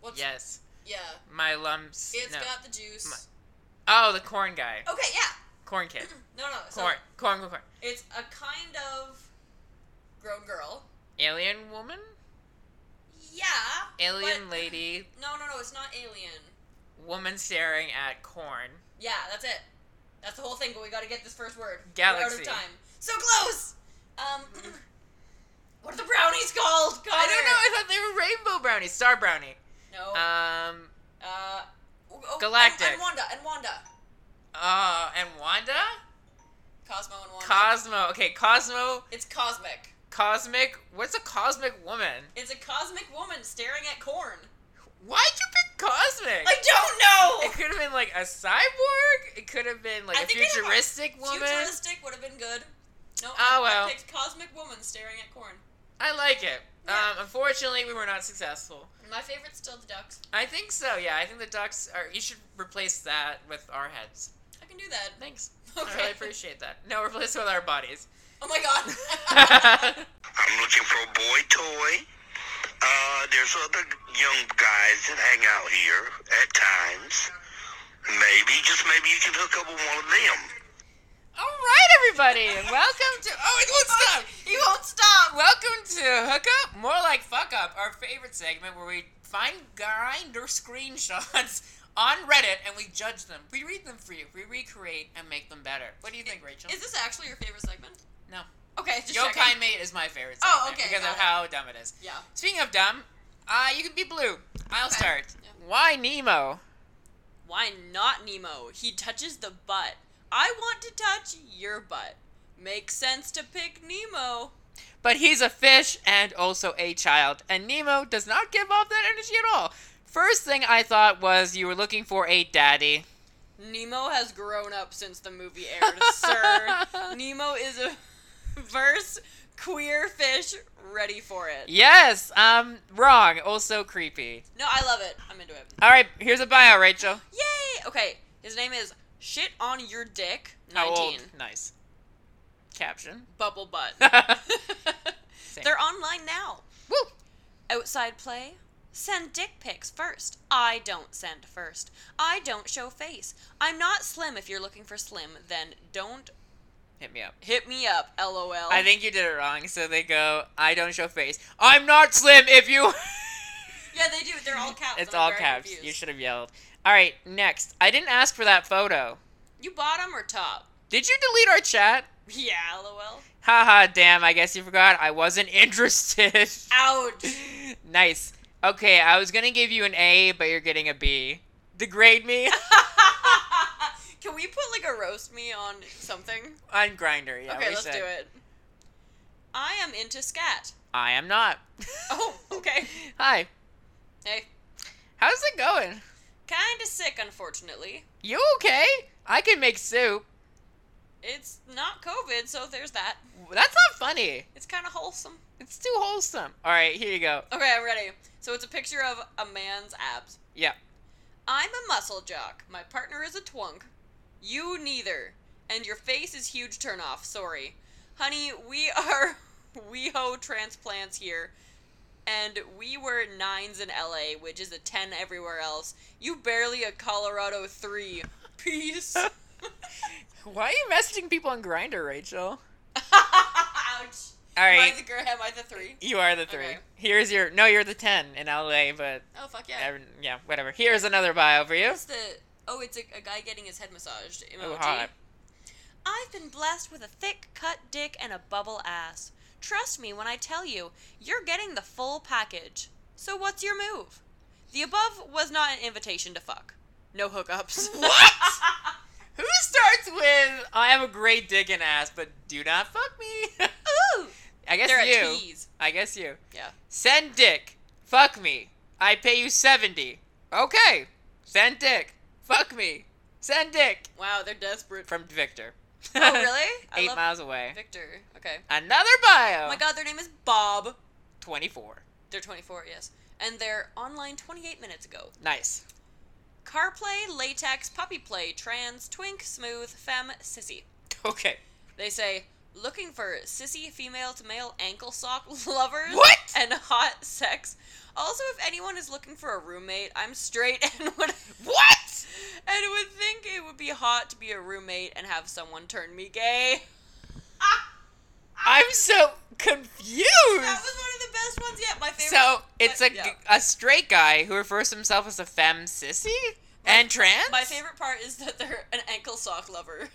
Speaker 3: What's
Speaker 1: Yes.
Speaker 3: yeah?
Speaker 1: My lumps.
Speaker 3: It's
Speaker 1: no.
Speaker 3: got the juice.
Speaker 1: Oh, the corn guy.
Speaker 3: Okay, yeah. *clears throat*
Speaker 1: Corn kid.
Speaker 3: No, no. So
Speaker 1: Corn. Corn. Corn. Corn.
Speaker 3: it's a kind of grown girl.
Speaker 1: Alien woman.
Speaker 3: Yeah.
Speaker 1: Alien
Speaker 3: but-
Speaker 1: lady.
Speaker 3: No, no, no. It's not alien.
Speaker 1: Woman staring at corn.
Speaker 3: Yeah, that's it. That's the whole thing. But we got to get this first word.
Speaker 1: Galaxy.
Speaker 3: We're out of time. So close. Um, *clears throat* what are the brownies called?
Speaker 1: I don't know. I thought they were rainbow brownies. Star brownie.
Speaker 3: No. Uh.
Speaker 1: Um.
Speaker 3: oh, oh,
Speaker 1: Galactic.
Speaker 3: And, and Wanda. And Wanda.
Speaker 1: Oh, and Wanda.
Speaker 3: Cosmo and Wanda.
Speaker 1: Cosmo. Okay, Cosmo.
Speaker 3: it's cosmic.
Speaker 1: Cosmic. What's a cosmic woman?
Speaker 3: It's a cosmic woman staring at corn.
Speaker 1: Why'd you pick cosmic?
Speaker 3: I don't know.
Speaker 1: it could have been like a cyborg. It could have been like
Speaker 3: I
Speaker 1: a
Speaker 3: think I have
Speaker 1: *laughs*
Speaker 3: a
Speaker 1: futuristic woman.
Speaker 3: Futuristic would have been good. No,
Speaker 1: Oh,
Speaker 3: I,
Speaker 1: well.
Speaker 3: I picked cosmic woman staring at corn.
Speaker 1: I like it.
Speaker 3: Yeah.
Speaker 1: Um, unfortunately, we were not successful.
Speaker 3: My favorite's still the ducks.
Speaker 1: I think so. Yeah, I think the ducks are. You should replace that with our heads.
Speaker 3: I can do that.
Speaker 1: Thanks. I
Speaker 3: Okay.
Speaker 1: really appreciate that. No, replace it with our bodies.
Speaker 3: *laughs* Oh my
Speaker 1: *laughs*
Speaker 3: *laughs* god.
Speaker 5: I'm looking for a boy toy. Uh, there's other young guys that hang out here at times. Maybe, just maybe you can hook up with one of them.
Speaker 1: All right, everybody. Welcome to. Oh, it won't stop.
Speaker 3: he won't stop.
Speaker 1: Welcome to Hook Up, more like Fuck Up, our favorite segment where we find grinder screenshots *laughs* on Reddit and we judge them. We read them for you, we recreate and make them better. What do you think, Rachel?
Speaker 3: Is this actually your favorite segment?
Speaker 1: no.
Speaker 3: Okay, just checking.
Speaker 1: Yokai Mate is my favorite segment
Speaker 3: Oh, okay,
Speaker 1: because
Speaker 3: got
Speaker 1: of
Speaker 3: it.
Speaker 1: how dumb it is.
Speaker 3: Yeah.
Speaker 1: Speaking of dumb, uh, you can be blue. I'll
Speaker 3: Okay.
Speaker 1: start.
Speaker 3: Yeah.
Speaker 1: Why Nemo?
Speaker 3: Why not Nemo? He touches the butt. I want to touch your butt. Makes sense to pick Nemo.
Speaker 1: But he's a fish and also a child, and Nemo does not give off that energy at all. First thing I thought was you were looking for a daddy.
Speaker 3: Nemo has grown up since the movie aired, *laughs* sir. Nemo is a verse queer fish ready for it.
Speaker 1: Yes, um, wrong. Also creepy.
Speaker 3: No, I love it. I'm into it.
Speaker 1: All right, here's a bio, Rachel.
Speaker 3: Yay! Okay, his name is Shit on Your Dick, 19.
Speaker 1: How old? Nice. Caption. *laughs*
Speaker 3: Bubble butt.
Speaker 1: Woo!
Speaker 3: They're online now. Outside play? Send dick pics first. I don't send first. I don't show face. I'm not slim. If you're looking for slim, then don't
Speaker 1: Hit me up.
Speaker 3: hit me up, lol.
Speaker 1: I think you did it wrong. So they go, I don't show face. I'm not slim if
Speaker 3: *laughs*
Speaker 1: you. *laughs*
Speaker 3: Yeah, they do. They're all caps.
Speaker 1: it's
Speaker 3: I'm
Speaker 1: all
Speaker 3: very
Speaker 1: caps.
Speaker 3: confused.
Speaker 1: You should have yelled. All right, next. I didn't ask for that photo.
Speaker 3: You bottom or top?
Speaker 1: Did you delete our chat?
Speaker 3: Yeah, lol.
Speaker 1: Haha, damn, I guess you forgot. I wasn't *laughs* interested.
Speaker 3: Ouch.
Speaker 1: nice. Okay, I was gonna give you an A, but you're getting a B. Degrade me?
Speaker 3: *laughs*
Speaker 1: *laughs*
Speaker 3: Can we put like a roast me on something?
Speaker 1: On Grinder, yeah.
Speaker 3: okay,
Speaker 1: we
Speaker 3: let's
Speaker 1: should.
Speaker 3: do it. I am into scat. *laughs*
Speaker 1: I am not. *laughs*
Speaker 3: Oh, okay.
Speaker 1: Hi.
Speaker 3: hey,
Speaker 1: How's it going?
Speaker 3: kind of sick, unfortunately.
Speaker 1: You okay? I can make soup.
Speaker 3: It's not COVID, so there's that.
Speaker 1: That's not funny.
Speaker 3: It's kind of wholesome.
Speaker 1: It's too wholesome. All right, here you go.
Speaker 3: Okay, I'm ready. So it's a picture of a man's abs.
Speaker 1: Yeah.
Speaker 3: I'm a muscle jock. My partner is a twunk. You neither. And your face is huge *laughs* turnoff. Sorry. Honey, we are WeHo transplants here. and we were nines in LA, which is a 10 everywhere else. You barely a Colorado 3. Peace. *laughs*
Speaker 1: Why are you messaging people on Grinder, Rachel?
Speaker 3: Ouch.
Speaker 1: All
Speaker 3: Am I
Speaker 1: right,
Speaker 3: the girl? Am I the 3?
Speaker 1: you are the three.
Speaker 3: Okay.
Speaker 1: Here's your no, you're the ten in LA, but
Speaker 3: Oh, fuck yeah.
Speaker 1: yeah, yeah whatever. Here's another bio for you.
Speaker 3: It's the oh, it's a, a guy getting his head massaged emoji.
Speaker 1: Oh, hot.
Speaker 3: I've been blessed with a thick cut dick and a bubble ass. Trust me when I tell you, you're getting the full package. So what's your move? The above was not an invitation to fuck. No hookups.
Speaker 1: What? Who starts with "Oh, I have a great dick and ass, but do not fuck me? *laughs*
Speaker 3: Ooh,
Speaker 1: I guess
Speaker 3: they're a
Speaker 1: you.
Speaker 3: tease.
Speaker 1: I guess you.
Speaker 3: Yeah.
Speaker 1: Send dick. Fuck me. I pay you 70. Okay. Send dick. Fuck me. Send dick.
Speaker 3: Wow, they're desperate.
Speaker 1: From Victor. *laughs*
Speaker 3: Oh really? I
Speaker 1: Eight
Speaker 3: love
Speaker 1: miles away.
Speaker 3: Victor. Okay.
Speaker 1: Another bio.
Speaker 3: Oh my god, their name is Bob.
Speaker 1: 24.
Speaker 3: They're 24, yes. And they're online 28 minutes ago.
Speaker 1: Nice. *laughs*
Speaker 3: CarPlay, latex, puppy play, trans, twink, smooth, femme, sissy.
Speaker 1: Okay.
Speaker 3: They say, looking for sissy female to male ankle sock *laughs* lovers
Speaker 1: What?
Speaker 3: and hot sex. Also, if anyone is looking for a roommate, I'm straight *laughs* and would
Speaker 1: What?
Speaker 3: and would think it would be hot to be a roommate and have someone turn me gay.
Speaker 1: I'm so confused.
Speaker 3: That was one of the best ones yet. My favorite.
Speaker 1: So it's a,
Speaker 3: but, yeah.
Speaker 1: a straight guy who refers to himself as a femme sissy and trans.
Speaker 3: My favorite part is that they're an ankle sock lover.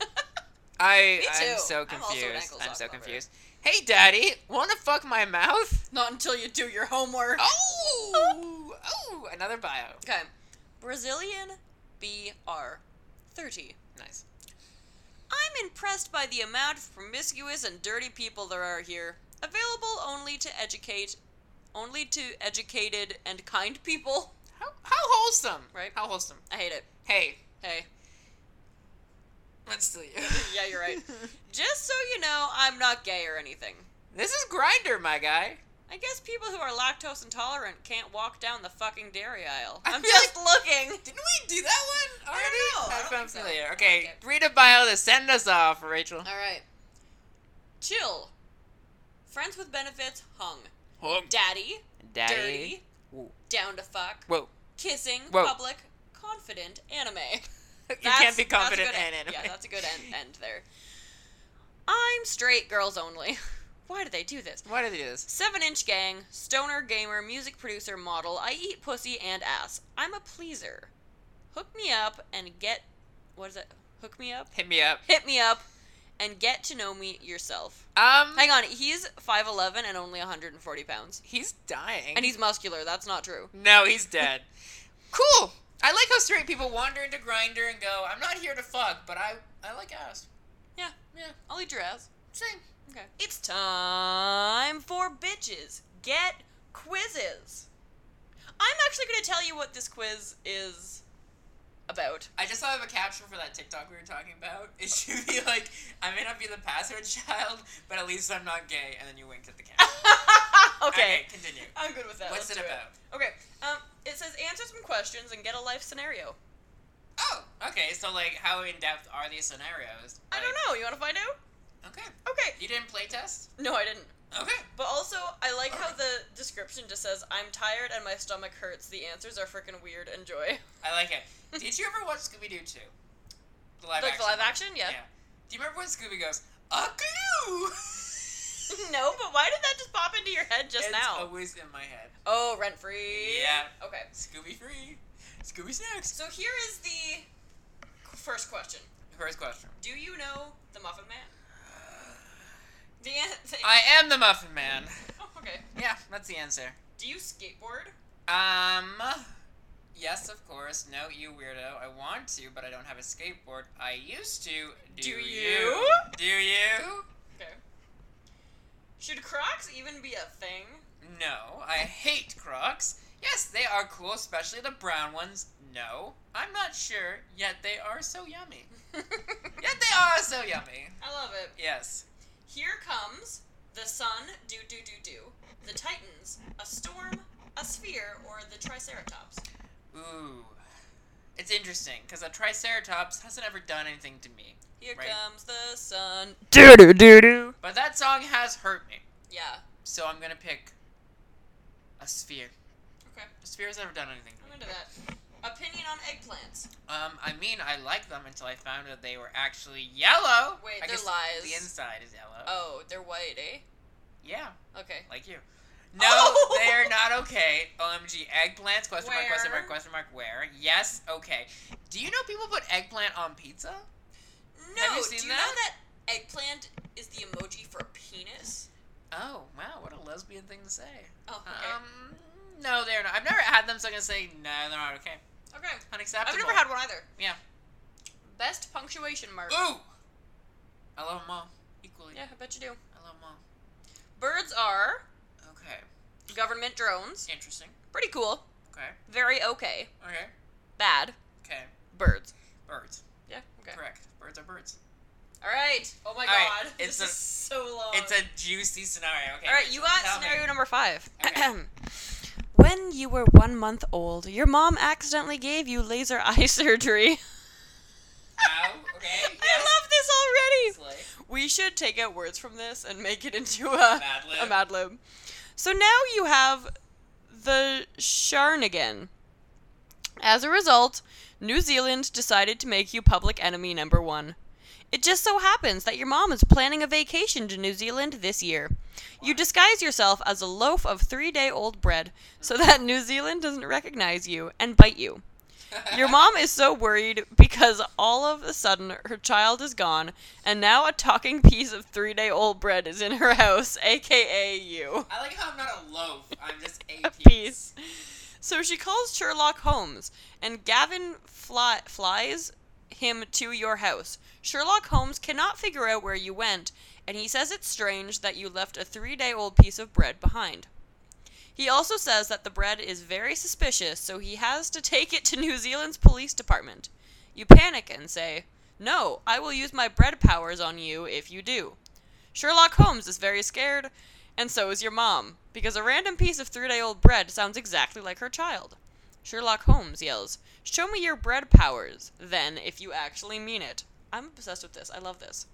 Speaker 3: *laughs*
Speaker 1: I
Speaker 3: Me
Speaker 1: I'm
Speaker 3: too.
Speaker 1: so
Speaker 3: I'm also an
Speaker 1: confused.
Speaker 3: ankle
Speaker 1: I'm,
Speaker 3: sock
Speaker 1: so
Speaker 3: lover.
Speaker 1: confused. Hey, daddy, wanna fuck my mouth?
Speaker 3: Not until you do your homework.
Speaker 1: Oh, oh, another bio.
Speaker 3: Okay. Brazilian BR 30.
Speaker 1: Nice.
Speaker 3: I'm impressed by the amount of promiscuous and dirty people there are here, available only to educate, only to educated and kind people.
Speaker 1: How how wholesome?
Speaker 3: Right.
Speaker 1: How wholesome?
Speaker 3: I hate it.
Speaker 1: Hey,
Speaker 3: Hey,
Speaker 1: let's see.
Speaker 3: *laughs* yeah,
Speaker 1: *laughs*
Speaker 3: you're right. Just so you know, I'm not gay or anything.
Speaker 1: this is grinder, my guy.
Speaker 3: I guess people who are lactose intolerant can't walk down the fucking dairy aisle.
Speaker 1: I
Speaker 3: I'm
Speaker 1: feel
Speaker 3: just looking.
Speaker 1: Didn't we do that one
Speaker 3: I
Speaker 1: already?
Speaker 3: don't know. I
Speaker 1: That
Speaker 3: don't
Speaker 1: sounds
Speaker 3: think so.
Speaker 1: familiar.
Speaker 3: I
Speaker 1: Okay,
Speaker 3: like
Speaker 1: read a bio to send us off, Rachel.
Speaker 3: All right. Chill. Friends with benefits hung.
Speaker 1: Hung.
Speaker 3: Daddy.
Speaker 1: Oh, Daddy.
Speaker 3: Dirty.
Speaker 1: Whoa.
Speaker 3: Down to fuck.
Speaker 1: Whoa. *laughs*
Speaker 3: Kissing.
Speaker 1: Whoa.
Speaker 3: Public. Confident. Anime.
Speaker 1: *laughs* You
Speaker 3: *laughs* That's-
Speaker 1: can't be
Speaker 3: that's a
Speaker 1: confident
Speaker 3: good
Speaker 1: and
Speaker 3: end.
Speaker 1: *laughs* anime.
Speaker 3: Yeah, that's a good end, end there. I'm straight girls only. *laughs* Why do they do this?
Speaker 1: Why did they do this?
Speaker 3: Seven inch gang, stoner gamer, music producer, model. I eat pussy and ass. I'm a pleaser. Hook me up and get. What is it? Hook me up?
Speaker 1: Hit me up.
Speaker 3: Hit me up and get to know me yourself.
Speaker 1: Um,
Speaker 3: Hang on, he's 5'11 and only 140 pounds.
Speaker 1: he's dying.
Speaker 3: And he's muscular, that's not true.
Speaker 1: No, he's dead. cool. I like how straight people wander into grinder and go, "I'm not here to fuck, but I I like ass."
Speaker 3: Yeah,
Speaker 1: Yeah,
Speaker 3: I'll eat your ass.
Speaker 1: same.
Speaker 3: Okay. It's time for bitches get quizzes. I'm actually going to tell you what this quiz is about.
Speaker 1: I just thought of a caption for that TikTok we were talking about. It should be like, "I may not be the password *laughs* child, but at least I'm not gay," and then you winked at the camera.
Speaker 3: *laughs* *laughs* okay.
Speaker 1: continue.
Speaker 3: I'm good with that.
Speaker 1: What's
Speaker 3: Let's
Speaker 1: it
Speaker 3: do
Speaker 1: about?
Speaker 3: Okay. Um, it says answer some questions and get a life scenario.
Speaker 1: Oh, okay. So like, how in depth are these scenarios?
Speaker 3: I don't know. You want to find out?
Speaker 1: know. Okay.
Speaker 3: Okay.
Speaker 1: You didn't play test.
Speaker 3: No, I didn't.
Speaker 1: Okay.
Speaker 3: But also, I like how the description just says, I'm tired and my stomach hurts. The answers are freaking weird. Enjoy.
Speaker 1: I like it. Did you ever watch Scooby Doo 2? The live
Speaker 3: like the live
Speaker 1: one.
Speaker 3: action? Yeah.
Speaker 1: Do you remember when Scooby goes, a clue?
Speaker 3: *laughs* no, but why did that just pop into your head just
Speaker 1: it's
Speaker 3: now?
Speaker 1: always in my head.
Speaker 3: Oh, rent free.
Speaker 1: Yeah.
Speaker 3: Okay.
Speaker 1: Scooby free. Scooby snacks.
Speaker 3: So here is the first question.
Speaker 1: First question.
Speaker 3: Do you know the Muffin
Speaker 1: *sighs*
Speaker 3: Man? The answer.
Speaker 1: I am the Muffin Man.
Speaker 3: Oh, *laughs* okay.
Speaker 1: Yeah, that's the answer.
Speaker 3: Do you skateboard?
Speaker 1: Um, yes, of course. No, you weirdo. I want to, but I don't have a skateboard. I used to.
Speaker 3: Do
Speaker 1: you?
Speaker 3: you?
Speaker 1: Do you?
Speaker 3: Okay. Should Crocs even be a
Speaker 1: *laughs*
Speaker 3: thing? *laughs*
Speaker 1: No, I hate Crocs. Yes, they are cool, especially the brown ones. No, I'm not sure, yet they are so yummy. Yet they are so yummy.
Speaker 3: I love it.
Speaker 1: Yes.
Speaker 3: Here comes the sun, do do do do, the Titans, a storm, a sphere, or the Triceratops.
Speaker 1: Ooh. It's interesting, because a Triceratops hasn't ever done anything to me.
Speaker 3: Here
Speaker 1: Right.
Speaker 3: comes the sun.
Speaker 1: But that song has hurt me,
Speaker 3: Yeah.
Speaker 1: so I'm gonna pick A sphere.
Speaker 3: Okay.
Speaker 1: A sphere has never done anything to
Speaker 3: I'm
Speaker 1: me.
Speaker 3: into that. Opinion on eggplants.
Speaker 1: Um, I mean, I liked them until I found out they were actually yellow.
Speaker 3: Wait,
Speaker 1: I
Speaker 3: they're
Speaker 1: guess
Speaker 3: lies.
Speaker 1: The inside is yellow.
Speaker 3: Oh, they're white, eh?
Speaker 1: Yeah,
Speaker 3: Okay.
Speaker 1: like you. No,
Speaker 3: Oh!
Speaker 1: they're not okay. OMG, eggplants? Question mark? Question
Speaker 3: Where?
Speaker 1: mark? Question mark? Where? Yes, okay. Do you know people put eggplant on pizza?
Speaker 3: No,
Speaker 1: Have you seen
Speaker 3: do you know that
Speaker 1: that?
Speaker 3: eggplant is the emoji for a penis?
Speaker 1: Oh wow, what a lesbian thing to say.
Speaker 3: Oh, okay.
Speaker 1: Um, no, they're not. I've never had them, so I'm gonna say no, they're Uh-uh. not okay.
Speaker 3: okay.
Speaker 1: Unacceptable.
Speaker 3: I've never had one either.
Speaker 1: Yeah.
Speaker 3: Best punctuation mark.
Speaker 1: Ooh. I love them all equally.
Speaker 3: Yeah, I bet you do.
Speaker 1: I love them all.
Speaker 3: Birds are
Speaker 1: Okay.
Speaker 3: government drones.
Speaker 1: Interesting.
Speaker 3: Pretty cool.
Speaker 1: Okay.
Speaker 3: Very okay.
Speaker 1: Okay.
Speaker 3: Bad.
Speaker 1: Okay.
Speaker 3: Birds.
Speaker 1: Birds.
Speaker 3: Yeah, okay.
Speaker 1: Correct. Birds are birds.
Speaker 3: All right. Oh my
Speaker 1: All right,
Speaker 3: god.
Speaker 1: it's
Speaker 3: this
Speaker 1: a-
Speaker 3: is so long.
Speaker 1: It's a juicy scenario. Okay.
Speaker 3: All right, you got
Speaker 1: tell me.
Speaker 3: scenario number five.
Speaker 1: Okay.
Speaker 3: *clears throat* when you were one month old, your mom accidentally gave you laser eye *laughs* surgery.
Speaker 1: Ow, okay.
Speaker 3: *laughs* I
Speaker 1: Yes.
Speaker 3: love this already.
Speaker 1: Slay.
Speaker 3: We should take out words from this and make it into a
Speaker 1: Mad Lib.
Speaker 3: a Mad Lib. So now you have the Sharnigan. As a result, New Zealand decided to make you public enemy number one. It just so happens that your mom is planning a vacation to New Zealand this year. You disguise yourself as a loaf of three day old bread so that *laughs* New Zealand doesn't recognize you and bite you. Your mom is so worried because all of a sudden her child is gone, and now a talking piece of three day old bread is in her house, aka you.
Speaker 1: I like how I'm not a loaf. I'm
Speaker 3: *laughs*
Speaker 1: just a
Speaker 3: A
Speaker 1: piece.
Speaker 3: piece. So she calls Sherlock Holmes, and Gavin fly- flies him to your house. Sherlock Holmes cannot figure out where you went, and he says it's strange that you left a three day old piece of bread behind. He also says that the bread is very suspicious, so he has to take it to New Zealand's police department. You panic and say, No, I will use my bread powers on you if you do. Sherlock Holmes is very scared, and so is your mom, because a random piece of three day old bread sounds exactly like her child. Sherlock Holmes yells, Show me your bread powers, then, if you actually mean it. I'm obsessed with this. I love this.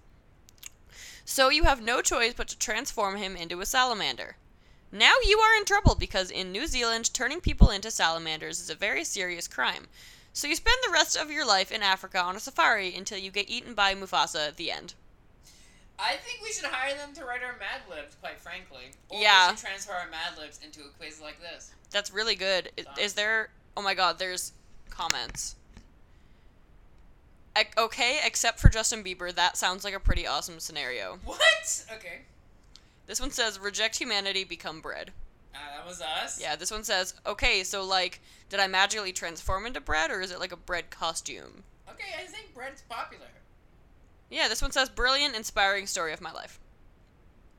Speaker 3: So you have no choice but to transform him into a salamander. Now you are in trouble because in New Zealand, turning people into salamanders is a very serious crime. So you spend the rest of your life in Africa on a safari until you get eaten by Mufasa at the end.
Speaker 1: I think we should hire them to write our Mad Libs, quite frankly. Or
Speaker 3: Yeah.
Speaker 1: We should transfer our Mad Libs into a quiz like this.
Speaker 3: That's really good. Is,
Speaker 1: Done.
Speaker 3: is there? Oh my God, there's comments. Ec- okay, except for Justin Bieber, that sounds like a pretty awesome scenario.
Speaker 1: What? Okay.
Speaker 3: This one says, "Reject humanity, become bread."
Speaker 1: Uh, that was us.
Speaker 3: Yeah, this one says, "Okay, so like, did I magically transform into bread, or is it like a bread costume?"
Speaker 1: Okay, I think bread's popular.
Speaker 3: Yeah, this one says, "Brilliant, inspiring story of my life."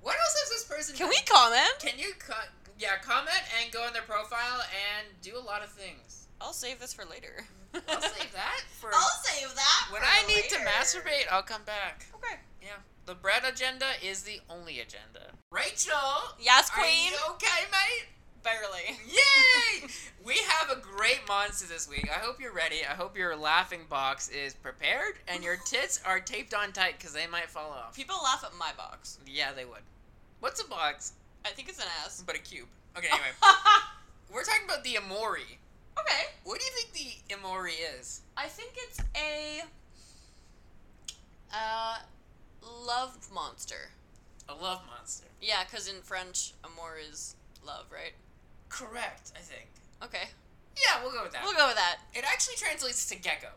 Speaker 1: What else has this person
Speaker 3: Can
Speaker 1: done?
Speaker 3: we comment?
Speaker 1: Can you co- yeah, comment and go on their profile and do a lot of things.
Speaker 3: I'll save this for later.
Speaker 1: I'll save
Speaker 3: *laughs*
Speaker 1: that for
Speaker 3: save that.
Speaker 1: when I need to masturbate, I'll come back.
Speaker 3: Okay.
Speaker 1: Yeah. The bread agenda is the only agenda. Rachel,
Speaker 3: Yes,
Speaker 1: are
Speaker 3: queen.
Speaker 1: you okay, mate?
Speaker 3: Barely.
Speaker 1: Yay! we have a great monster this week. I hope you're ready. I hope your laughing box is prepared and your tits are taped on tight because they might fall off.
Speaker 3: People laugh at my box.
Speaker 1: Yeah, they would. What's a box?
Speaker 3: I think it's an *laughs* ass.
Speaker 1: But a cube. Okay, anyway.
Speaker 3: *laughs*
Speaker 1: We're talking about the Amori.
Speaker 3: okay.
Speaker 1: What do you think the Amori is?
Speaker 3: I think it's a uh love monster.
Speaker 1: A love monster.
Speaker 3: Yeah, because in French, amour is love, right?
Speaker 1: Correct, I think.
Speaker 3: Okay,
Speaker 1: Yeah, we'll go with that.
Speaker 3: we'll go with that.
Speaker 1: It actually translates to gecko.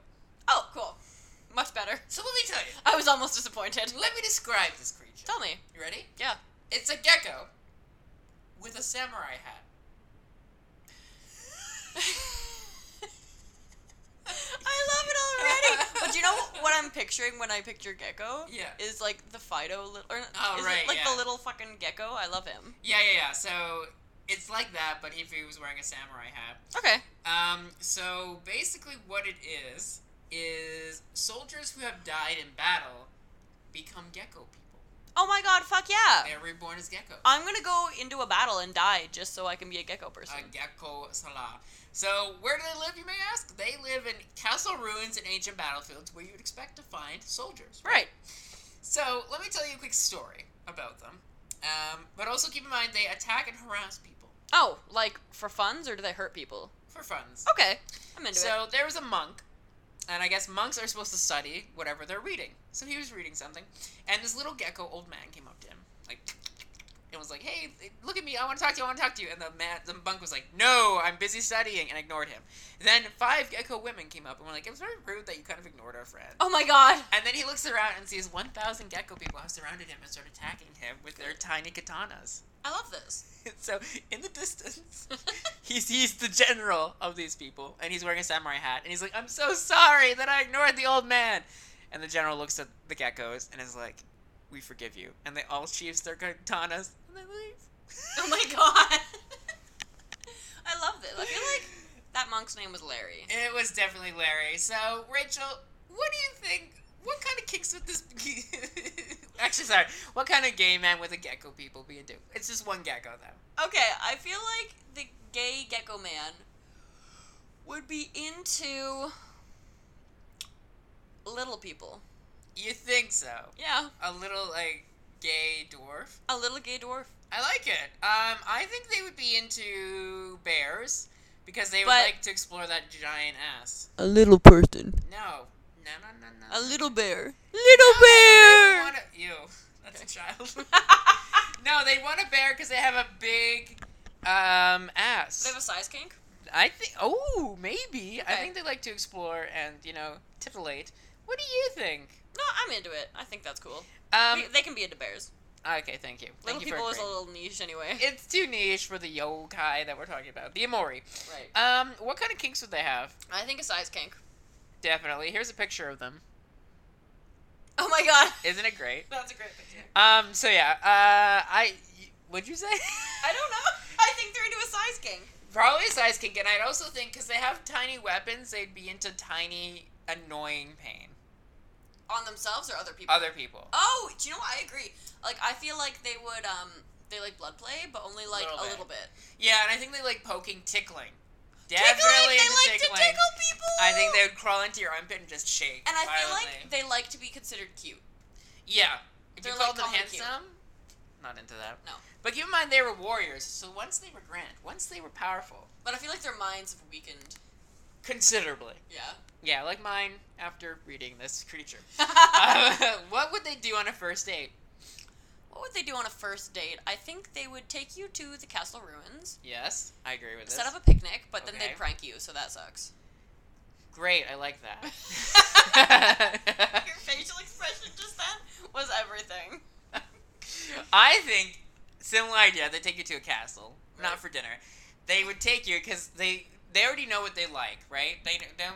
Speaker 3: Oh, cool, much better. *laughs*
Speaker 1: So let me tell you.
Speaker 3: I was almost disappointed. *laughs*
Speaker 1: Let me describe this creature.
Speaker 3: Tell me.
Speaker 1: You ready?
Speaker 3: Yeah. *laughs*
Speaker 1: It's a gecko with a samurai hat.
Speaker 3: I love
Speaker 1: *laughs*
Speaker 3: it already. But you know what I'm picturing when I picture gecko?
Speaker 1: Yeah.
Speaker 3: Is like the Fido little, or
Speaker 1: Oh,
Speaker 3: is
Speaker 1: right,
Speaker 3: it like
Speaker 1: yeah.
Speaker 3: the little fucking gecko? I love him.
Speaker 1: Yeah, yeah, yeah. So it's like that, but if he was wearing a samurai hat.
Speaker 3: Okay.
Speaker 1: Um, so basically, what it is is soldiers who have died in battle become gecko people.
Speaker 3: Oh my god, fuck yeah.
Speaker 1: They're reborn as geckos.
Speaker 3: I'm gonna go into a battle and die just so I can be a gecko person.
Speaker 1: A gecko salah. So where do they live? You may ask. They live in castle ruins and ancient battlefields, where you'd expect to find soldiers.
Speaker 3: Right.
Speaker 1: So let me tell you a quick story about them. Um, but also keep in mind they attack and harass people.
Speaker 3: Oh, like for funds or do they hurt people?
Speaker 1: for funds.
Speaker 3: Okay, I'm into it.
Speaker 1: So there was a monk, and I guess monks are supposed to study whatever they're reading. So he was reading something, and this little gecko old man came up to him, like, and was like, "Hey, look at me! I want to talk to you! I want to talk to you!" And the man, the monk was like, "No, I'm busy studying," and ignored him. Then five gecko women came up and were like, "It was very rude that you kind of ignored our friend."
Speaker 3: Oh my god.
Speaker 1: And then he looks around and sees 1,000 gecko people have surrounded him and start attacking him with their tiny katanas.
Speaker 3: I love this. *laughs*
Speaker 1: *laughs* So, in the distance, *laughs* he sees the general of these people, and he's wearing a samurai hat, and he's like, I'm so sorry that I ignored the old man. And the general looks at the geckos and is like, We forgive you. And they all sheaves their katanas and they leave.
Speaker 3: Oh my god. *laughs* I love this. I feel like that monk's name was Larry.
Speaker 1: It was definitely Larry. So, Rachel, what do you think? What kind of kicks would this be? *laughs* Actually, sorry. What kind of gay man with a gecko people be a dude? It's just one gecko, though.
Speaker 3: Okay, I feel like the gay gecko man would be into little people.
Speaker 1: You think so?
Speaker 3: Yeah,
Speaker 1: A little, like, gay dwarf?
Speaker 3: a little gay dwarf.
Speaker 1: I like it. Um, I think they would be into bears because they would
Speaker 3: But-
Speaker 1: like to explore that giant ass.
Speaker 3: A little person.
Speaker 1: No. No, no, no, no.
Speaker 3: A
Speaker 1: no.
Speaker 3: little bear. Little
Speaker 1: They
Speaker 3: bear.
Speaker 1: want a, ew, that's a *laughs* child. no, they want a bear because they have a big um
Speaker 3: they have a
Speaker 1: ass.
Speaker 3: size kink.
Speaker 1: I think. Oh, maybe. I
Speaker 3: Okay.
Speaker 1: think they like to explore and you know titillate. What do you think?
Speaker 3: No, I'm into it. I think that's cool.
Speaker 1: Um.
Speaker 3: We- they can be into bears.
Speaker 1: Okay. Thank you. Thank
Speaker 3: Little
Speaker 1: you
Speaker 3: people
Speaker 1: for
Speaker 3: is a
Speaker 1: agreeing.
Speaker 3: little niche anyway.
Speaker 1: It's too niche for the yokai that we're talking about. The amori.
Speaker 3: *laughs* right.
Speaker 1: Um. What kind of kinks would they have?
Speaker 3: I think a size kink.
Speaker 1: Definitely. Here's a picture of them.
Speaker 3: Oh my god.
Speaker 1: Isn't it great?
Speaker 3: *laughs* That's a great picture.
Speaker 1: Um. So yeah. Uh. I. What'd you say? *laughs*
Speaker 3: I don't know. I think they're into a size kink.
Speaker 1: Probably a size kick, and I'd also think because they have tiny weapons, they'd be into tiny, annoying pain.
Speaker 3: On themselves or other people?
Speaker 1: Other people.
Speaker 3: Oh, do you know what? I agree. Like, I feel like they would, um, they like blood play, but only like
Speaker 1: Little
Speaker 3: a
Speaker 1: bit.
Speaker 3: little bit.
Speaker 1: Yeah, and I think they like poking, tickling.
Speaker 3: Tickling!
Speaker 1: Definitely
Speaker 3: They
Speaker 1: into
Speaker 3: like to tickle people!
Speaker 1: I think they would crawl into your armpit and just shake.
Speaker 3: And I feel
Speaker 1: violently.
Speaker 3: like they like to be considered cute.
Speaker 1: yeah, if you
Speaker 3: they're,
Speaker 1: called
Speaker 3: like,
Speaker 1: them
Speaker 3: calling you.
Speaker 1: handsome, not into that.
Speaker 3: No.
Speaker 1: But keep in mind they were warriors, so once they were grand, once they were powerful,
Speaker 3: But I feel like their minds have weakened.
Speaker 1: considerably. *laughs*
Speaker 3: Yeah. *laughs*
Speaker 1: Yeah, like mine after reading this creature.
Speaker 3: what
Speaker 1: Uh, *laughs* what would they do on a first date?
Speaker 3: would they do on a first date? I think they would take you to the castle ruins,
Speaker 1: Yes, I agree with this.
Speaker 3: set up a picnic, but then
Speaker 1: Okay.
Speaker 3: they'd prank you, so that sucks.
Speaker 1: Great, I like
Speaker 3: *laughs*
Speaker 1: that.
Speaker 3: Your facial expression just then was everything.
Speaker 1: *laughs* I think similar idea. They take you to a castle,
Speaker 3: Right.
Speaker 1: not for dinner. They would take you because they they already know what they like, right? They, they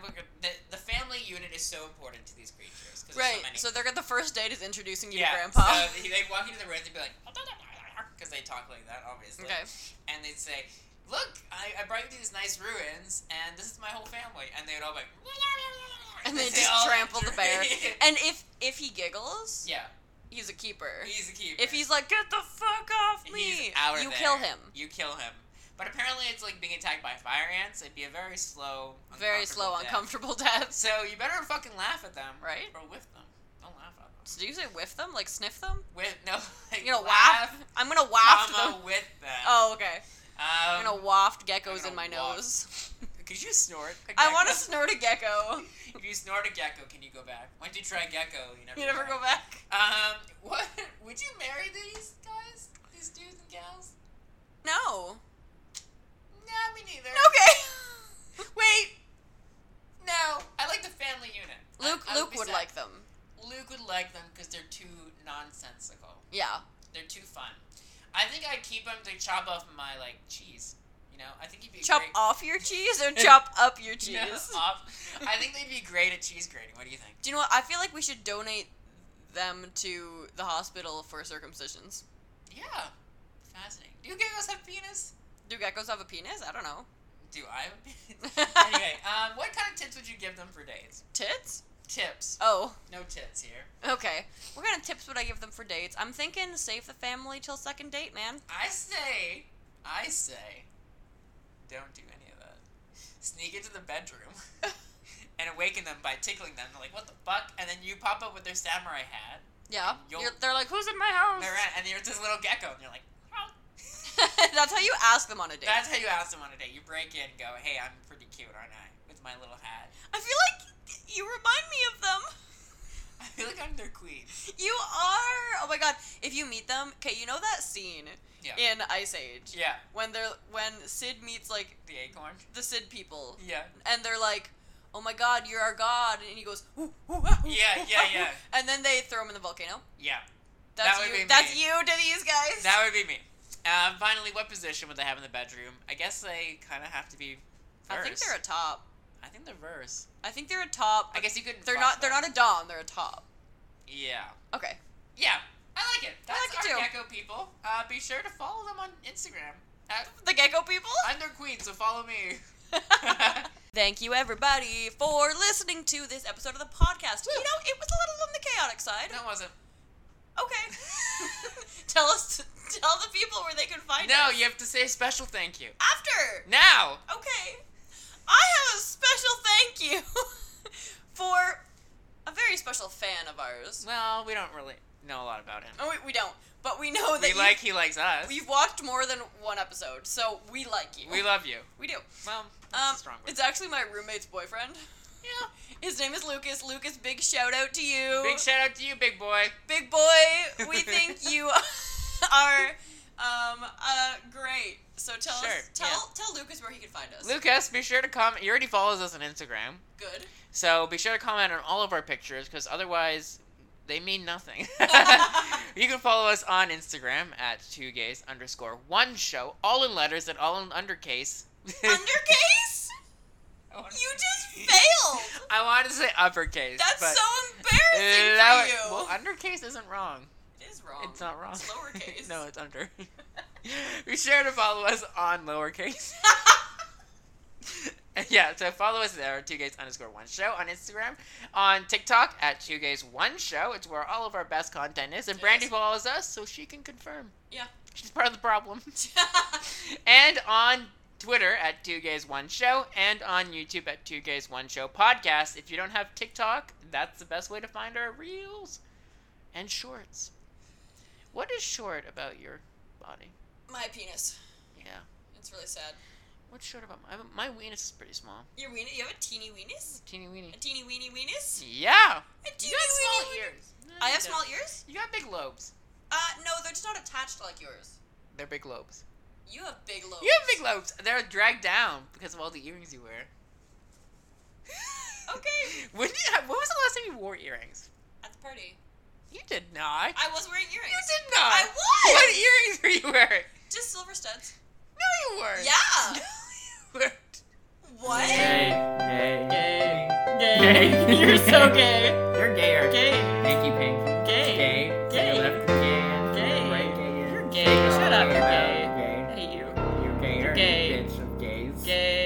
Speaker 1: the, the family unit is so important to these creatures. 'cause there's
Speaker 3: Right.
Speaker 1: So, many.
Speaker 3: So they're the first date is introducing you
Speaker 1: yeah,
Speaker 3: to grandpa.
Speaker 1: So
Speaker 3: *laughs*
Speaker 1: they- they'd walk into the room and be like, because they talk like that, obviously. *laughs*
Speaker 3: okay.
Speaker 1: and they'd say, "Look, I, I brought you to these nice ruins, and this is my whole family." And they'd all be like,
Speaker 3: *laughs* And
Speaker 1: they
Speaker 3: they just
Speaker 1: all-
Speaker 3: trample the bear. *laughs* And if if he giggles,
Speaker 1: yeah,
Speaker 3: he's a keeper.
Speaker 1: he's a keeper.
Speaker 3: If he's like, get the fuck off
Speaker 1: He's
Speaker 3: me,
Speaker 1: out of
Speaker 3: you
Speaker 1: there.
Speaker 3: kill him.
Speaker 1: you kill him. But apparently, it's like being attacked by fire ants. It'd be a very slow,
Speaker 3: Very slow,
Speaker 1: death.
Speaker 3: uncomfortable *laughs* deaths.
Speaker 1: So you better fucking laugh at them,
Speaker 3: Right.
Speaker 1: Or whiff them. Don't laugh at them.
Speaker 3: Did you say whiff them? Like sniff them?
Speaker 1: Whiff no. *laughs* Like,
Speaker 3: You know,
Speaker 1: laugh.
Speaker 3: waft. I'm gonna waft
Speaker 1: comma,
Speaker 3: them.
Speaker 1: with them.
Speaker 3: Oh, okay.
Speaker 1: um,
Speaker 3: I'm gonna waft geckos
Speaker 1: gonna
Speaker 3: in my
Speaker 1: waft
Speaker 3: nose. *laughs*
Speaker 1: Could you snort? a
Speaker 3: I want to
Speaker 1: gecko?
Speaker 3: snort a gecko. *laughs*
Speaker 1: If you snort a gecko, can you go back? Once you try gecko, you never.
Speaker 3: You never go back.
Speaker 1: Um, *laughs* what would you marry these guys, these dudes and gals?
Speaker 3: No.
Speaker 1: No, me neither.
Speaker 3: Okay.
Speaker 1: Wait. *laughs* No, I like the family unit. I-
Speaker 3: Luke.
Speaker 1: I
Speaker 3: Luke
Speaker 1: be
Speaker 3: would
Speaker 1: sad.
Speaker 3: like them.
Speaker 1: Luke would like them because they're too nonsensical.
Speaker 3: Yeah.
Speaker 1: They're too fun. I think I'd keep them to chop off my like cheese. You know, I think he'd be *laughs*
Speaker 3: Chop
Speaker 1: great.
Speaker 3: off your cheese or chop up your cheese.
Speaker 1: No, off. I think they'd be great at cheese grating. What do you think?
Speaker 3: Do you know what? I feel like we should donate them to the hospital for circumcisions.
Speaker 1: Yeah, fascinating. Do geckos have penis?
Speaker 3: Do geckos have a penis? I don't know.
Speaker 1: Do I have a penis?
Speaker 3: *laughs*
Speaker 1: anyway, um, what kind of tips would you give them for dates?
Speaker 3: Tits?
Speaker 1: Tips.
Speaker 3: Oh,
Speaker 1: No tits here.
Speaker 3: okay. What kind of tips would I give them for dates? I'm thinking save the family till second date, man.
Speaker 1: I say, I say, don't do any of that. Sneak into the
Speaker 3: *laughs*
Speaker 1: bedroom and awaken them by tickling them. They're like, what the fuck? And then you pop up with their samurai hat.
Speaker 3: Yeah.
Speaker 1: Yo-
Speaker 3: You're, they're like, who's in my house?
Speaker 1: They're at, and you're this little gecko, and you're like, "Help."
Speaker 3: *laughs* That's how you ask them on a date.
Speaker 1: That's how you ask them on a date. You break in and go, hey, I'm pretty cute, aren't I? With my little hat. *laughs*
Speaker 3: I feel like you remind me of them.
Speaker 1: I feel like I'm their queen.
Speaker 3: You are. Oh my god. If you meet them, okay, you know that scene
Speaker 1: Yeah.
Speaker 3: in Ice Age
Speaker 1: Yeah.
Speaker 3: when they're when Sid meets like
Speaker 1: The acorn.
Speaker 3: the Sid people
Speaker 1: Yeah.
Speaker 3: and they're like, "Oh my god, you're our god." And he goes, ooh, ooh, ah, ooh,
Speaker 1: Yeah,
Speaker 3: ooh,
Speaker 1: yeah,
Speaker 3: ah, ooh,"
Speaker 1: yeah.
Speaker 3: And then they throw him in the volcano.
Speaker 1: Yeah.
Speaker 3: That's
Speaker 1: would
Speaker 3: you.
Speaker 1: be
Speaker 3: That's
Speaker 1: me.
Speaker 3: you to these guys.
Speaker 1: That would be me. Um, finally, what position would they have in the bedroom? I guess they kind of have to be verse.
Speaker 3: I think they're a top.
Speaker 1: I think they're verse.
Speaker 3: I think they're a top.
Speaker 1: I guess you couldn't.
Speaker 3: they're
Speaker 1: fuck
Speaker 3: not. They're
Speaker 1: them.
Speaker 3: not a dom. They're a top.
Speaker 1: Yeah.
Speaker 3: Okay.
Speaker 1: Yeah. I like it. That's
Speaker 3: like it
Speaker 1: our
Speaker 3: too.
Speaker 1: gecko people. Uh, be sure to follow them on Instagram. Uh,
Speaker 3: The gecko people.
Speaker 1: I'm their queen, so follow me. *laughs*
Speaker 3: *laughs* Thank you, everybody, for listening to this episode of the podcast. You know, it was a little on the chaotic side.
Speaker 1: No, it wasn't.
Speaker 3: Okay. *laughs* tell us, tell the people where they can find
Speaker 1: No,
Speaker 3: us.
Speaker 1: you have to say a special thank you.
Speaker 3: After.
Speaker 1: Now.
Speaker 3: Okay. I have a special thank you *laughs* for a very special fan of ours.
Speaker 1: Well, we don't really know a lot about him.
Speaker 3: Oh, we, we don't, but we know that
Speaker 1: we
Speaker 3: you,
Speaker 1: like he likes us.
Speaker 3: *laughs* We've watched more than one episode, so we like you.
Speaker 1: we love you.
Speaker 3: We do.
Speaker 1: Well, that's
Speaker 3: Um,
Speaker 1: a strong word.
Speaker 3: it's actually my roommate's boyfriend. Yeah. His name is Lucas. Lucas, big shout out to you.
Speaker 1: Big shout out to you, big boy.
Speaker 3: Big boy, we think you *laughs* are um, uh, great. So tell
Speaker 1: Sure,
Speaker 3: us, tell
Speaker 1: yeah.
Speaker 3: tell Lucas where he can find us.
Speaker 1: Lucas, be sure to comment. He already follows us on Instagram, *laughs*
Speaker 3: Good.
Speaker 1: so be sure to comment on all of our pictures because otherwise they mean
Speaker 3: *laughs*
Speaker 1: nothing. *laughs* you can follow us on Instagram at two gays underscore one show, all in letters and all in undercase. *laughs*
Speaker 3: Undercase, you
Speaker 1: *laughs*
Speaker 3: just failed.
Speaker 1: I wanted to say uppercase.
Speaker 3: That's
Speaker 1: but
Speaker 3: so embarrassing
Speaker 1: Lower-
Speaker 3: for you.
Speaker 1: Well, undercase isn't wrong.
Speaker 3: it is wrong.
Speaker 1: It's not wrong.
Speaker 3: Um, It's
Speaker 1: *laughs*
Speaker 3: lowercase.
Speaker 1: no, it's under. Be sure to follow us on
Speaker 3: *laughs*
Speaker 1: lowercase. *laughs* yeah, so follow us there, two gays underscore one show on Instagram, on TikTok at two gays one show. It's where all of our best content is, and Brandy
Speaker 3: Yes.
Speaker 1: follows us, so she can confirm
Speaker 3: Yeah. *laughs*
Speaker 1: she's part of the problem. and on Twitter at two gays one show, and on YouTube at two gays one show podcast. If you don't have TikTok, that's the best way to find our reels and shorts. What is short about your body?
Speaker 3: My penis.
Speaker 1: Yeah.
Speaker 3: It's really sad.
Speaker 1: What's short about my my weenus is pretty small.
Speaker 3: Your weenie. You have a teeny weenus.
Speaker 1: Teeny weeny.
Speaker 3: A teeny weeny weenus.
Speaker 1: Yeah.
Speaker 3: A teeny
Speaker 1: You got
Speaker 3: weeny
Speaker 1: small
Speaker 3: weenus.
Speaker 1: ears. No,
Speaker 3: I
Speaker 1: you
Speaker 3: have
Speaker 1: don't.
Speaker 3: small ears.
Speaker 1: You got big lobes.
Speaker 3: Uh, no, they're just not attached like yours.
Speaker 1: They're big lobes.
Speaker 3: You have big lobes.
Speaker 1: You have big lobes. They're dragged down because of all the earrings you wear. *laughs*
Speaker 3: *laughs* Okay.
Speaker 1: When did you have, what was the last time you wore earrings?
Speaker 3: At the party.
Speaker 1: You did not.
Speaker 3: I was wearing earrings.
Speaker 1: You did not.
Speaker 3: I was.
Speaker 1: What earrings were you wearing?
Speaker 3: Just silver studs.
Speaker 1: No, you weren't.
Speaker 3: Yeah.
Speaker 1: You weren't.
Speaker 3: What?
Speaker 2: Gay. Gay.
Speaker 6: Gay. *laughs*
Speaker 2: Gay.
Speaker 6: You're so gay.
Speaker 2: You're gayer.
Speaker 6: Gay.
Speaker 2: Thank you, Pink.
Speaker 6: Gay.
Speaker 2: Gay. To
Speaker 6: Gay.
Speaker 2: your left, gay.
Speaker 6: Gay.
Speaker 2: Right, gay.
Speaker 6: You're gay. Shut up. You're gay.
Speaker 2: Gay.
Speaker 6: I hate you.
Speaker 2: You're gayer.
Speaker 6: Gay.
Speaker 2: Bitch of gays.
Speaker 6: Gay.